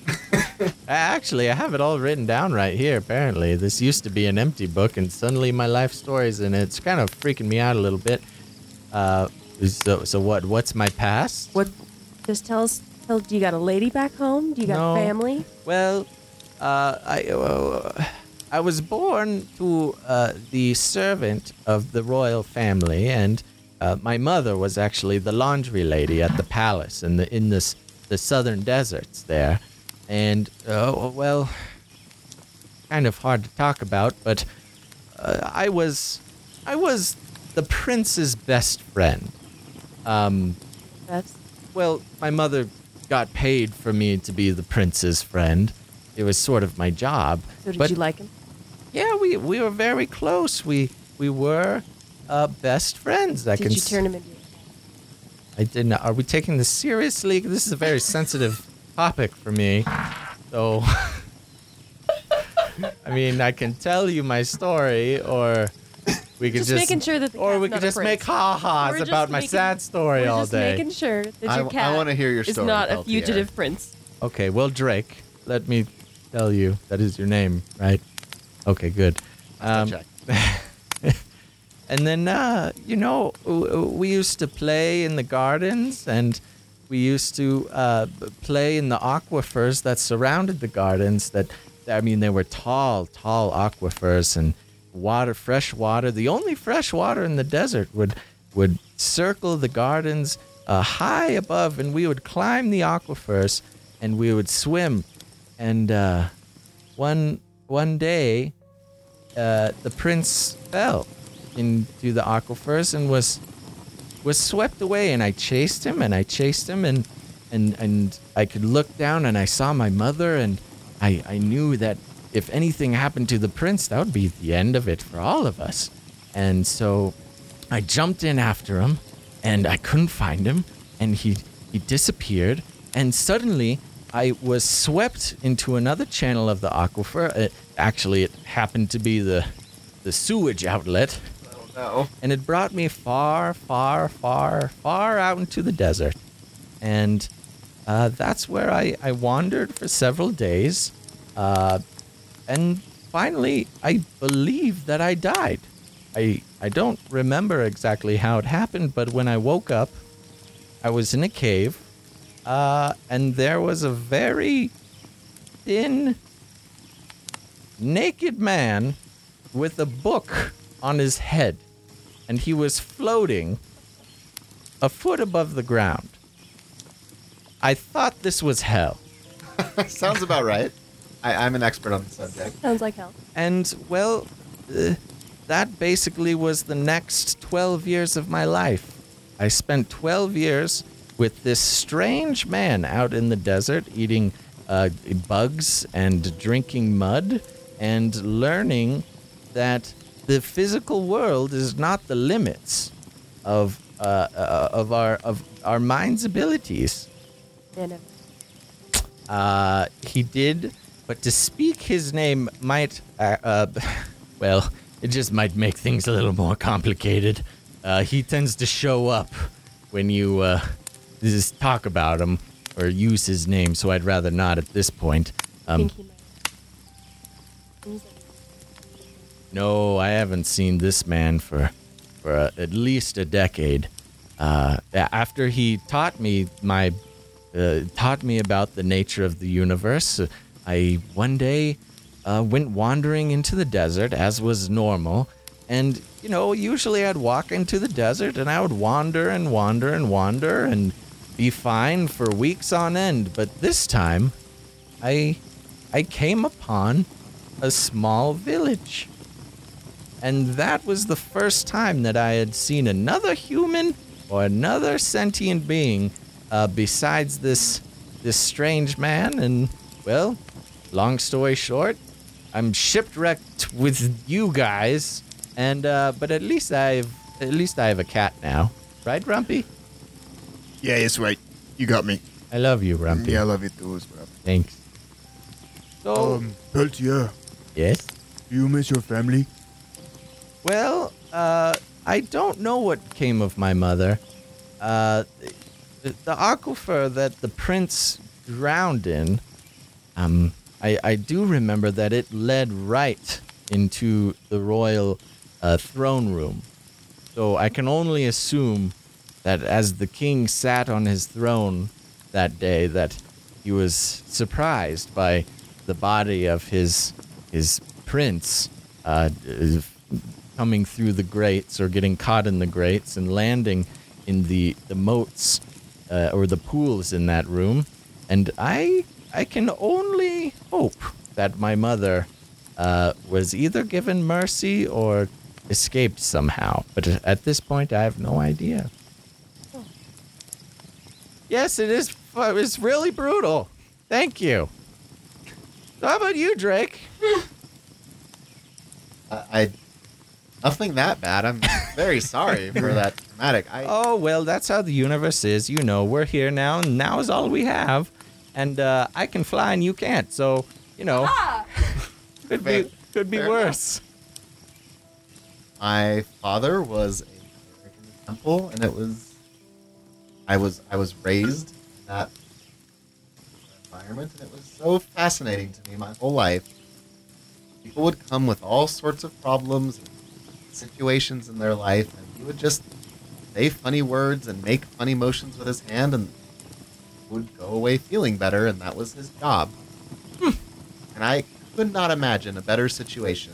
Speaker 5: A- Actually, I have it all written down right here, apparently. This used to be an empty book, and suddenly my life story's in it. It's kind of freaking me out a little bit. Uh, so, so what? What's my past?
Speaker 9: What? Just tell us. Tell. Do you got a lady back home? Do you got
Speaker 5: No.
Speaker 9: family?
Speaker 5: Well, uh, I, uh, I was born to uh, the servant of the royal family, and uh, my mother was actually the laundry lady at the palace in the in this the southern deserts there, and uh, well, kind of hard to talk about, but uh, I was I was the prince's best friend. Um,
Speaker 9: That's
Speaker 5: well, my mother got paid for me to be the prince's friend. It was sort of my job.
Speaker 9: So did
Speaker 5: but
Speaker 9: you like him?
Speaker 5: yeah, we we were very close. We we were uh, best friends. I
Speaker 9: did
Speaker 5: can
Speaker 9: you
Speaker 5: s-
Speaker 9: turn him into?
Speaker 5: I didn't. Are we taking this seriously? This is a very sensitive topic for me. So, I mean, I can tell you my story, or we could
Speaker 9: Just,
Speaker 5: just,
Speaker 9: making sure that the
Speaker 5: or
Speaker 9: cat's
Speaker 5: we could
Speaker 9: not a
Speaker 5: just
Speaker 9: prince.
Speaker 5: make ha-has
Speaker 9: We're just
Speaker 5: about my
Speaker 9: making-
Speaker 5: sad story
Speaker 9: we're
Speaker 5: all
Speaker 9: just
Speaker 5: day.
Speaker 9: making sure that
Speaker 5: I-
Speaker 9: your
Speaker 5: I
Speaker 9: cat
Speaker 5: wanna hear your
Speaker 9: is
Speaker 5: story,
Speaker 9: not a
Speaker 5: Peltier.
Speaker 9: fugitive prince.
Speaker 5: Okay, well, Drake, let me tell you that is your name, right? Okay, good. Um, and then, uh, you know, w- we used to play in the gardens and we used to uh, b- play in the aquifers that surrounded the gardens. That, I mean, they were tall, tall aquifers and water, fresh water. The only fresh water in the desert would would circle the gardens uh, high above, and we would climb the aquifers and we would swim. And uh, one one day, uh, the prince fell into the aquifers and was was swept away. And I chased him and I chased him and and and I could look down and I saw my mother and I I knew that if anything happened to the prince, that would be the end of it for all of us. And so I jumped in after him and I couldn't find him and he he disappeared and suddenly I was swept into another channel of the aquifer. It, actually it happened to be the the sewage outlet. Oh
Speaker 3: no.
Speaker 5: And it brought me far far far far out into the desert. And uh, that's where I, I wandered for several days. Uh, and finally, I believe that I died. I, I don't remember exactly how it happened, but when I woke up, I was in a cave, uh, and there was a very thin, naked man with a book on his head, and he was floating a foot above the ground. I thought this was hell.
Speaker 3: Sounds about right. I, I'm an expert on the subject.
Speaker 9: Sounds like hell.
Speaker 5: And, well, uh, that basically was the next 12 years of my life. I spent 12 years with this strange man out in the desert eating uh, bugs and drinking mud and learning that the physical world is not the limits of, uh, uh, of, our, of our mind's abilities.
Speaker 9: Then a
Speaker 5: Uh, he did, but to speak his name might, uh, uh, well, it just might make things a little more complicated. Uh, he tends to show up when you uh, just talk about him or use his name, so I'd rather not at this point. Um, no, I haven't seen this man for, for for uh at least a decade. Uh, a- after he taught me my uh, taught me about the nature of the universe, uh, I one day uh, went wandering into the desert as was normal, and you know usually I'd walk into the desert and I would wander and wander and wander and be fine for weeks on end. But this time, I I came upon a small village. And that was the first time that I had seen another human or another sentient being uh, besides this this strange man. And well, long story short, I'm shipwrecked with you guys. And uh, but at least I've at least I have a cat now, right, Rumpy?
Speaker 10: Yeah, that's right. You got me.
Speaker 5: I love you, Rumpy.
Speaker 10: Yeah, I love you too as well.
Speaker 5: Thanks. So-
Speaker 1: um, Peltier.
Speaker 5: Yes.
Speaker 1: Do you miss your family?
Speaker 5: Well, uh, I don't know what came of my mother. Uh, the, the aquifer that the prince drowned in, um, I, I do remember that it led right into the royal uh, throne room. So I can only assume that as the king sat on his throne that day, that he was surprised by the body of his his prince uh, d- coming through the grates or getting caught in the grates and landing in the the moats uh, or the pools in that room. And I I can only hope that my mother uh, was either given mercy or escaped somehow. But at this point, I have no idea. Yes, it is. fu- It's really brutal. Thank you. How about you, Drake?
Speaker 3: I, I nothing that bad. I'm very sorry for that traumatic. I
Speaker 5: Oh well, that's how the universe is. You know, we're here now, and now is all we have. And uh, I can fly, and you can't. So you know, could be could be worse.
Speaker 3: my father was a cleric in the temple, and it was I was I was raised in that environment, and it was so fascinating to me my whole life. People would come with all sorts of problems and situations in their life, and he would just say funny words and make funny motions with his hand, and would go away feeling better, and that was his job. And I could not imagine a better situation.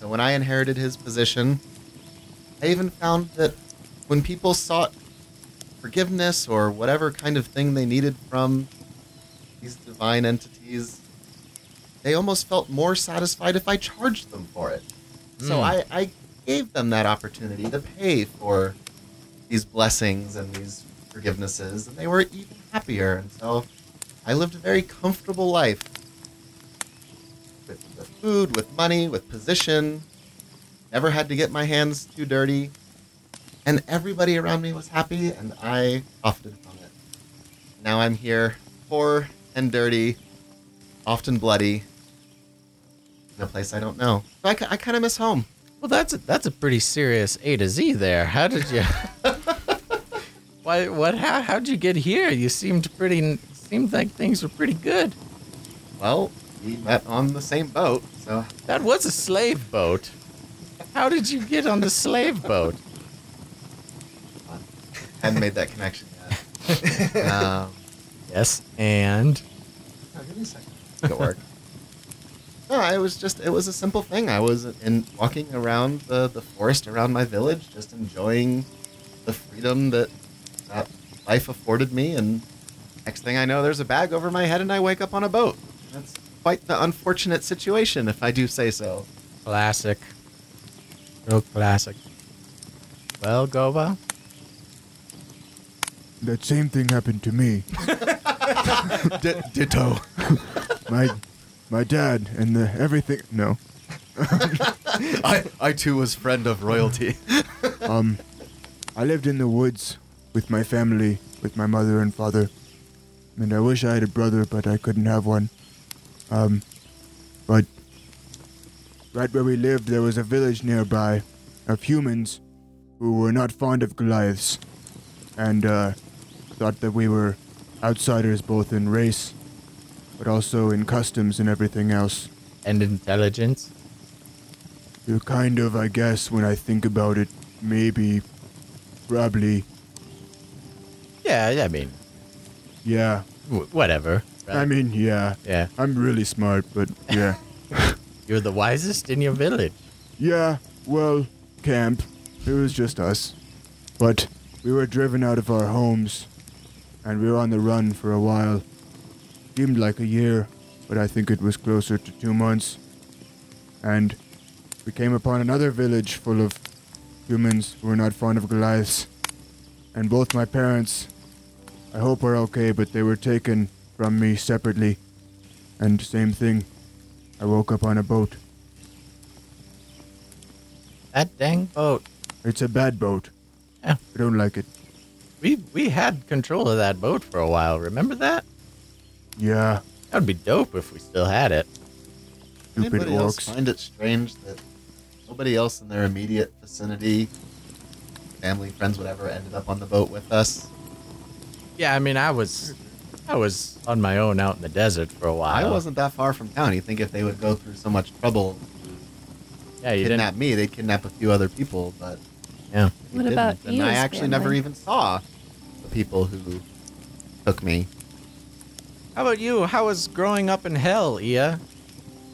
Speaker 3: So when I inherited his position, I even found that when people sought forgiveness or whatever kind of thing they needed from these divine entities, they almost felt more satisfied if I charged them for it. So
Speaker 12: Mm.
Speaker 3: I, I gave them that opportunity to pay for these blessings and these forgivenesses, and they were even happier. And so I lived a very comfortable life with, with food, with money, with position. Never had to get my hands too dirty. And everybody around me was happy, and I profited from it. Now I'm here, poor and dirty, often bloody, in a place I don't know. I, ki- I kind of miss home.
Speaker 5: Well, that's a, that's a pretty serious A to Z there. How did you? Why? What? How? How'd you get here? You seemed pretty. Seemed like things were pretty good.
Speaker 3: Well, we met on the same boat, so.
Speaker 5: That was a slave boat. How did you get on the slave boat?
Speaker 3: Hadn't made that connection yet. um,
Speaker 5: yes, and
Speaker 3: no, Oh, give me a second. Make it work. No, I was just, it was a simple thing. I was in walking around the, the forest around my village, just enjoying the freedom that that life afforded me. And next thing I know, there's a bag over my head and I wake up on a boat. That's quite the unfortunate situation, if I do say so.
Speaker 5: Classic. Real classic. Well, Goba.
Speaker 1: That same thing happened to me.
Speaker 10: D- ditto.
Speaker 1: my, my dad and the everything. No.
Speaker 3: I, I too was friend of royalty.
Speaker 1: um, I lived in the woods with my family, with my mother and father, and I wish I had a brother, but I couldn't have one. Um, but right where we lived, there was a village nearby of humans who were not fond of Goliaths, and uh, thought that we were outsiders both in race, but also in customs and everything else.
Speaker 5: And intelligence.
Speaker 1: You're kind of, I guess, when I think about it. maybe, probably.
Speaker 13: Yeah, I mean,
Speaker 1: Yeah.
Speaker 13: Wh- whatever, right?
Speaker 1: I mean, yeah.
Speaker 13: Yeah.
Speaker 1: I'm really smart, but yeah.
Speaker 13: You're the wisest in your village.
Speaker 1: Yeah, well, camp. It was just us. But we were driven out of our homes, and we were on the run for a while. Seemed like a year, but I think it was closer to two months. And we came upon another village full of humans who were not fond of Goliaths. And both my parents, I hope, are okay, but they were taken from me separately. And same thing, I woke up on a boat.
Speaker 13: That dang boat.
Speaker 1: It's a bad boat.
Speaker 13: Yeah.
Speaker 1: I don't like it.
Speaker 13: We we had control of that boat for a while. Remember that?
Speaker 1: Yeah.
Speaker 13: That would be dope if we still had it.
Speaker 3: Anybody else find it strange that nobody else in their immediate vicinity, family, friends, whatever, ended up on the boat with us?
Speaker 13: Yeah, I mean, I was, I was on my own out in the desert for a while.
Speaker 3: I wasn't that far from town. You think if they would go through so much trouble,
Speaker 13: yeah, you
Speaker 3: kidnap me, they'd kidnap a few other people, but
Speaker 13: yeah,
Speaker 3: they
Speaker 2: What about
Speaker 3: didn't. And
Speaker 2: you,
Speaker 3: I actually never
Speaker 2: Stanley?
Speaker 3: even saw the people who took me.
Speaker 13: How about you? How was growing up in hell, Ia?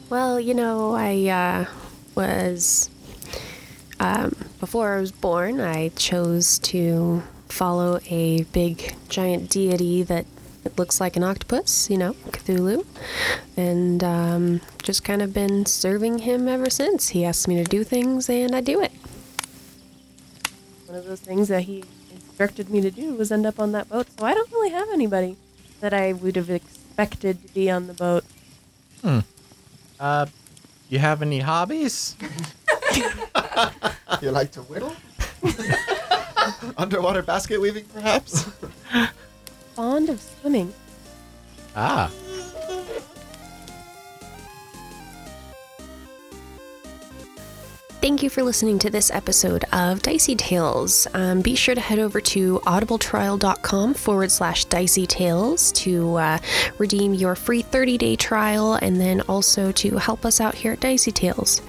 Speaker 9: Well, you know, I uh, was um, before I was born. I chose to follow a big, giant deity that looks like an octopus. You know, Cthulhu, and um, just kind of been serving him ever since. He asks me to do things, and I do it.
Speaker 14: One of those things that he instructed me to do was end up on that boat. So I don't really have anybody that I would have expected to be on the boat.
Speaker 13: Hmm. Uh, you have any hobbies?
Speaker 3: you like to whittle? Underwater basket weaving, perhaps?
Speaker 14: Fond of swimming.
Speaker 13: Ah.
Speaker 9: Thank you for listening to this episode of Dicey Tales. Um, be sure to head over to audibletrial.com forward slash dicey tales to uh, redeem your free 30 day trial and then also to help us out here at Dicey Tales.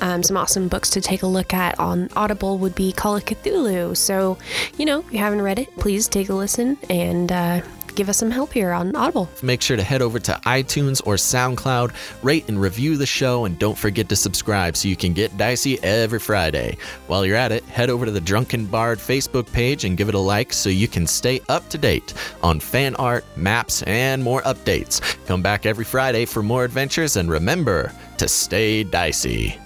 Speaker 9: Um, some awesome books to take a look at on Audible would be Call of Cthulhu. So, you know, if you haven't read it, please take a listen and uh, give us some help here on Audible.
Speaker 5: Make sure to head over to iTunes or SoundCloud, rate and review the show, and don't forget to subscribe so you can get dicey every Friday. While you're at it, head over to the Drunken Bard Facebook page and give it a like so you can stay up to date on fan art, maps, and more updates. Come back every Friday for more adventures, and remember to stay dicey.